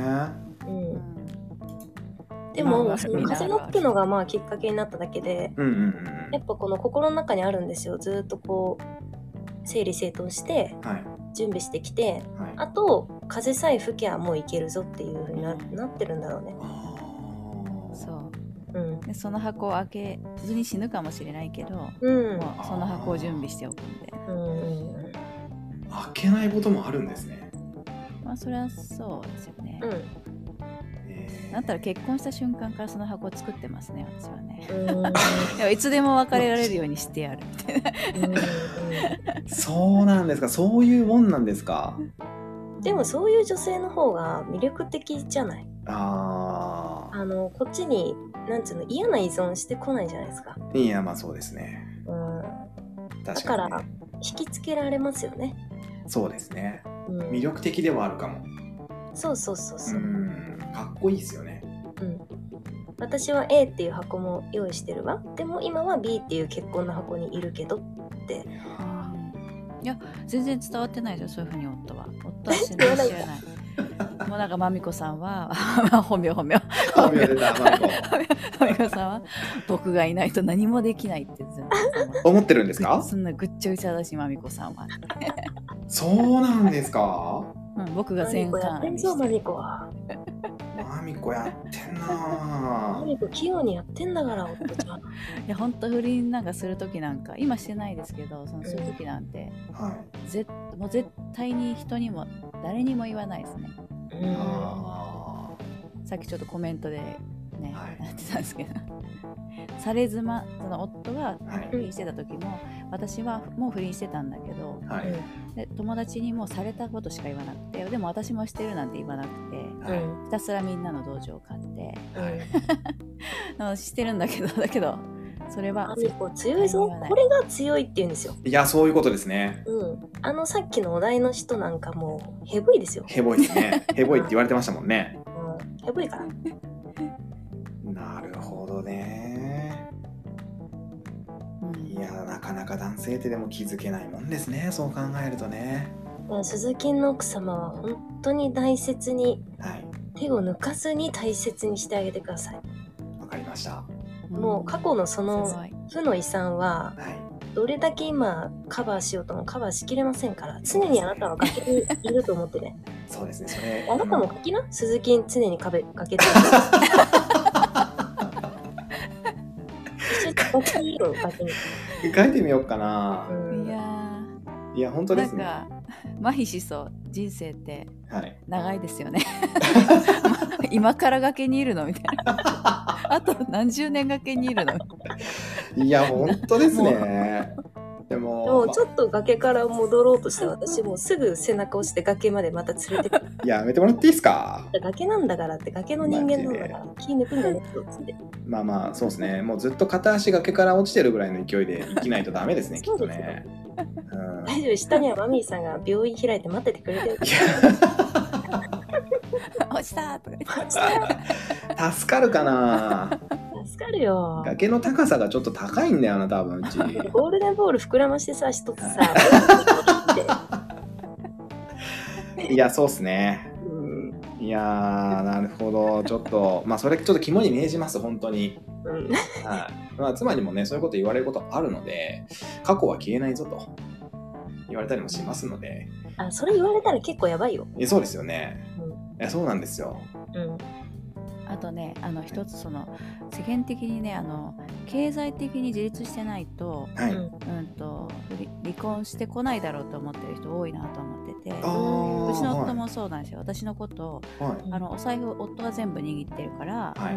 Speaker 2: うんで
Speaker 3: まあ
Speaker 2: もその
Speaker 1: まあ
Speaker 2: 風のってのがまあきっかけになっただけで
Speaker 1: うんうん
Speaker 2: やっぱこの心の中にあるんですよずーっとこう整理整頓して
Speaker 1: うん。はい。
Speaker 2: 準備してきて
Speaker 1: はい。
Speaker 2: あと風さえ吹きゃもういけるぞっていう風にななってるんだろうね
Speaker 1: あー
Speaker 3: そ
Speaker 2: うん
Speaker 3: うでその箱を開けずに死ぬかもしれないけど、
Speaker 2: うん
Speaker 3: もうその箱を準備しておくんで
Speaker 2: うんうん
Speaker 1: 開けないこともあるんですね。
Speaker 3: まあそれはそうですよね、
Speaker 2: う
Speaker 1: えー
Speaker 3: だったら結婚した瞬間からその箱を作ってますね私はね
Speaker 2: んうん
Speaker 3: でもいつでも別れられるようにしてやるみたいな
Speaker 1: そうなんですか。そういうもんなんですか。
Speaker 2: でもそういう女性の方が魅力的じゃない
Speaker 1: あ
Speaker 2: あのこっちになんつうの嫌な依存してこないじゃないですか、
Speaker 1: あ。いや、まあそうですね。
Speaker 2: うん、だ
Speaker 1: 確
Speaker 2: か
Speaker 1: かに、
Speaker 2: ら引きつけられますよね、
Speaker 1: そうですね。
Speaker 2: うん、
Speaker 1: 魅力的ではあるかも。
Speaker 2: そうそうそう
Speaker 1: う
Speaker 2: そう、
Speaker 1: ん。かっこいいですよね。
Speaker 2: うん、私は A っていう箱も用意してるわでも今は B っていう結婚の箱にいるけど
Speaker 3: うんいや全然伝わってないですよそういうふうに夫は夫は知らない知らないもうなんかまみこさんは 本名本名
Speaker 1: あ、出た、マリコ
Speaker 3: まみこさんは僕がいないと何もできないって全 然
Speaker 1: 思ってるんですか
Speaker 3: そんなぐっちゃぐちゃだしまみこさんは、
Speaker 1: そうなんですか
Speaker 3: うん、僕が全
Speaker 2: マミコやって
Speaker 3: 巻
Speaker 2: ん
Speaker 3: にして
Speaker 2: ぞマミコは
Speaker 1: マミコやってん
Speaker 2: マ
Speaker 1: な
Speaker 2: ミコ器用にやってんだから夫ちゃん
Speaker 3: いや本当不倫なんかする時なんか今してないですけどそのする時なんて
Speaker 1: はい。
Speaker 3: ぜもう絶対に人にも誰にも言わないですね
Speaker 2: うん
Speaker 1: あ
Speaker 3: さっきちょっとコメントでね、
Speaker 1: はい
Speaker 3: なってたんですけどされ妻その夫が
Speaker 1: あ。はい
Speaker 3: 不。倫してた時も私はもう不倫してたんだけど
Speaker 1: はい。
Speaker 3: で友達にもうされたことしか言わなくてでも私もしてるなんて言わなくて
Speaker 2: う
Speaker 1: はい。
Speaker 2: ん
Speaker 3: ひたすらみんなの道場を買って
Speaker 1: はい
Speaker 3: あのしてるんだけど だけどそれは
Speaker 2: マミコ強いぞこれが強いって言うんですよ
Speaker 1: いや、そういうことですね。
Speaker 2: うん、あのさっきのお題の人なんかもうヘブいですよ、
Speaker 1: ヘボいですね。ヘボいって言われてましたもんね。
Speaker 2: うん、ヘブいから
Speaker 1: なるほどね。
Speaker 3: うん
Speaker 1: いや、なかなか男性ってでも気づけないもんですね。そう考えるとね。
Speaker 2: うん鈴木の奥様は本当に大切に
Speaker 1: はい。
Speaker 2: 手を抜かずに大切にしてあげてください
Speaker 1: わかりました。は。
Speaker 2: もう過去のそ
Speaker 3: す
Speaker 2: の
Speaker 3: ごい
Speaker 2: 負の遺産はいどれだけ今カバーしようともカバーしきれませんから常にあなたは欠けていると思ってね
Speaker 1: そうですね。それ。
Speaker 2: あなたも
Speaker 1: あの
Speaker 2: 欠きな鈴木に常に壁かけて一緒に欠きようかけに
Speaker 1: 書いてみようかな
Speaker 2: う。ん
Speaker 3: いや
Speaker 1: いや、本当
Speaker 3: ー
Speaker 1: で
Speaker 3: なん
Speaker 1: すね。
Speaker 3: か麻痺しそう人生って
Speaker 1: はい。
Speaker 3: 長いですよね 今から崖にいるのみたい なあと何十年崖にいるの
Speaker 1: い や、本当ですね。で
Speaker 2: も
Speaker 1: も、
Speaker 2: うちょっと崖から戻ろうとして私もうすぐ背中押して崖までまた連れてくる
Speaker 1: まあやめてもらっていいですか。
Speaker 2: 崖なんだからって崖の人間なんだから気抜くんじゃねえぞっつって
Speaker 1: まあまあ、そうですね。もうずっと片足崖から落ちてるぐらいの勢いで生きないとダメです ね、きっとね。うん
Speaker 2: 大丈夫下にはマミーさんが病院開いて待っててくれてる
Speaker 1: いや
Speaker 3: 落ちたとか言って
Speaker 1: 助かるかな
Speaker 2: 助かるよ
Speaker 1: 崖の高さがちょっと高いんだよな多分う ち
Speaker 2: ゴールデンボール膨らましてさ一つさ
Speaker 1: いやそうっすね
Speaker 2: うん
Speaker 1: いやーなるほどちょっとまあそれちょっと肝に銘じます本当に
Speaker 2: うん
Speaker 1: はいまあ、妻にもねそういうこと言われることあるので過去は消えないぞと言われたりもしますので
Speaker 2: あそれ言われたら結構やばいよ
Speaker 1: えそうですよね
Speaker 2: う
Speaker 1: えそうなんですよ
Speaker 2: うん
Speaker 3: あとねあの一つその世間的にねあの経済的に自立してないと,、
Speaker 1: はい、
Speaker 2: うん
Speaker 3: うん、と離離婚してこないだろうと思ってる人多いなと思ってて
Speaker 1: あー
Speaker 3: うちの夫
Speaker 1: は
Speaker 3: もそうなんですよ、私のことを
Speaker 1: い、はい
Speaker 3: あのお財布夫が全部握ってるから
Speaker 1: は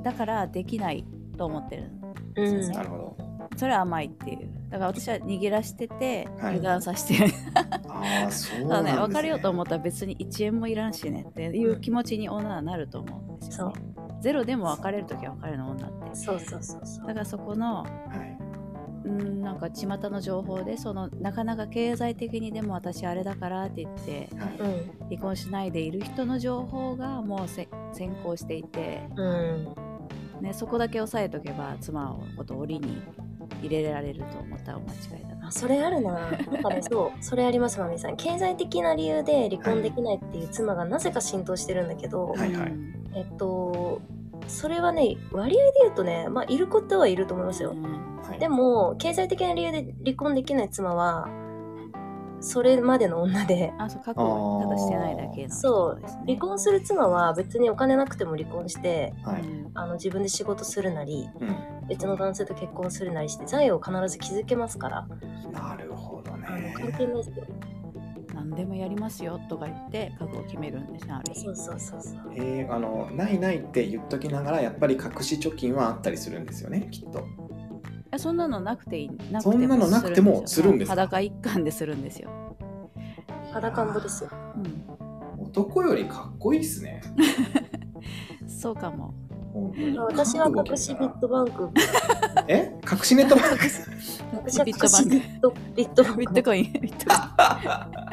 Speaker 1: い
Speaker 3: だからできないと思ってる
Speaker 2: うんうん
Speaker 1: なるほど
Speaker 3: それは甘いっていうだから私は逃げ出してて
Speaker 1: はい
Speaker 3: 油断させて、
Speaker 1: ああそうなん
Speaker 3: ただ
Speaker 1: です、
Speaker 3: ね
Speaker 1: ね、
Speaker 3: 別れようと思ったら別に1円もいらんしねっていう気持ちに女はなると思うんですよ、ねゼロでも別れる時は別れの女って
Speaker 2: そうそうそうそ
Speaker 3: だ
Speaker 2: う
Speaker 3: からそこの
Speaker 1: はい、
Speaker 3: うんなんか巷の情報でそのなかなか経済的にでも私あれだからって言って
Speaker 1: はい
Speaker 2: うん
Speaker 3: 離婚しないでいる人の情報がもうせ先行していて、
Speaker 2: うん
Speaker 3: ね、そこだけ押さえとけば妻をこと檻に入れられると思ったらお間違いだな
Speaker 2: あそれあるななん かねそうそれありますマミーさん経済的な理由で離婚できないっていう妻がなぜか浸透してるんだけど、
Speaker 1: はいはい
Speaker 3: うん
Speaker 2: えっとそれはね割合で言うとねまあいることはいると思いますよ
Speaker 3: うん
Speaker 1: はい、
Speaker 2: でも経済的な理由で離婚できない妻はそれまでの女で
Speaker 3: あそう覚悟をただしてないだけの
Speaker 2: そう
Speaker 3: 人ですね
Speaker 2: 離婚する妻は別にお金なくても離婚して
Speaker 1: はい、
Speaker 3: うん
Speaker 2: あの自分で仕事するなり
Speaker 1: うん、
Speaker 2: 別の男性と結婚するなりして財を必ず築けますから
Speaker 1: なるほど
Speaker 2: あの
Speaker 1: ね
Speaker 2: 関係ないですよ
Speaker 3: 何でもやりますよとか言って覚悟を決めるんですねある日
Speaker 2: そうそうそうそう
Speaker 1: えー、あのないないって言っときながらやっぱり隠し貯金はあったりするんですよねきっと
Speaker 3: えそんなのなくていいな
Speaker 1: そんなのなくてもするんですか
Speaker 3: 裸一貫でするんですよ、
Speaker 2: 裸んぼですよ
Speaker 3: う
Speaker 1: 男よりかっこいいっすね
Speaker 3: ん、そうかも
Speaker 1: 本当に
Speaker 2: 私は隠しビットバンク
Speaker 1: え隠し ネットバンク
Speaker 2: 私は
Speaker 3: ビ
Speaker 2: 隠
Speaker 3: ットバ
Speaker 2: し
Speaker 3: ンク
Speaker 2: ビットビットバン
Speaker 3: ビッ
Speaker 2: ク
Speaker 3: トコインビットコイ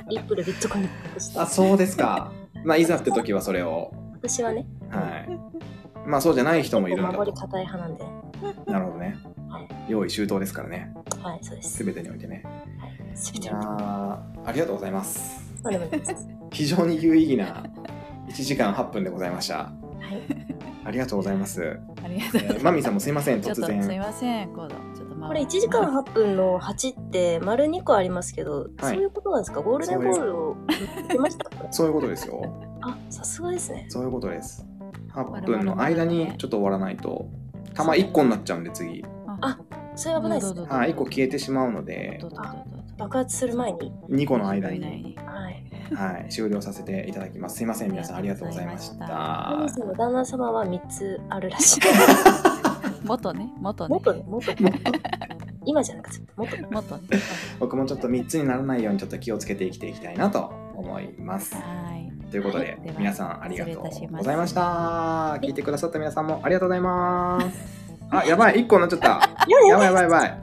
Speaker 3: ン
Speaker 2: リップルビットコイン隠して
Speaker 1: あそうですか。まあいざって時はそれを。
Speaker 2: 私はね
Speaker 1: はい。まあそうじゃない人もいるんだと
Speaker 2: 守り。固い派なんで
Speaker 1: なるほどね。用意周到ですからね。
Speaker 2: はいそうです
Speaker 1: すべてにおいてね。
Speaker 2: すべ
Speaker 1: い
Speaker 2: て
Speaker 1: やー
Speaker 2: の
Speaker 1: ありがとうございます。
Speaker 2: まあでもいいです
Speaker 1: 非常に有意義な1時間8分でございました。
Speaker 2: はい
Speaker 1: ありがとうござい ます。
Speaker 3: ありが
Speaker 1: え
Speaker 3: とうござい
Speaker 1: ーマミーさんもすいません
Speaker 3: ますちょ
Speaker 1: 突
Speaker 3: っとすい
Speaker 1: 然。
Speaker 3: ません今度ちょっとまあ
Speaker 2: これ1時間8分の8って丸2個ありますけど、
Speaker 1: はい
Speaker 2: そういうことなんですかゴールデンボールを行ってましたか
Speaker 1: そういうことですよ。
Speaker 2: あさすがですね
Speaker 1: そういうことです。8分の間にちょっと終わらないと。玉1個になっちゃうんで次。
Speaker 2: それ危ないです
Speaker 3: どう
Speaker 2: ね
Speaker 3: ぞ
Speaker 1: はい、1個消えてしまうので
Speaker 3: ど、うぞどうぞどうぞ
Speaker 2: 爆発する前に
Speaker 1: 2個の間に
Speaker 3: 以内。に
Speaker 2: はい
Speaker 1: はい、終了させていただきます。すいません、皆さんありがとうございまし
Speaker 2: マ
Speaker 1: た
Speaker 2: ミ。さんの旦那様は3つあるらしい
Speaker 3: 元ね元ね
Speaker 2: 元ね元 今じゃなくて元ね
Speaker 3: 元ね
Speaker 1: 僕もちょっと3つにならないようにちょっと気をつけて生きていきたいなと思います。
Speaker 3: はい
Speaker 1: ということ
Speaker 3: は
Speaker 1: で
Speaker 3: いでは、
Speaker 1: 皆さんありがとう
Speaker 3: 失礼いたしま
Speaker 1: ご
Speaker 3: す
Speaker 1: ざいました。聞いてくださった皆さんもありがとうございます。あ、やばい、1個になっちゃった。やばいやばいやばい。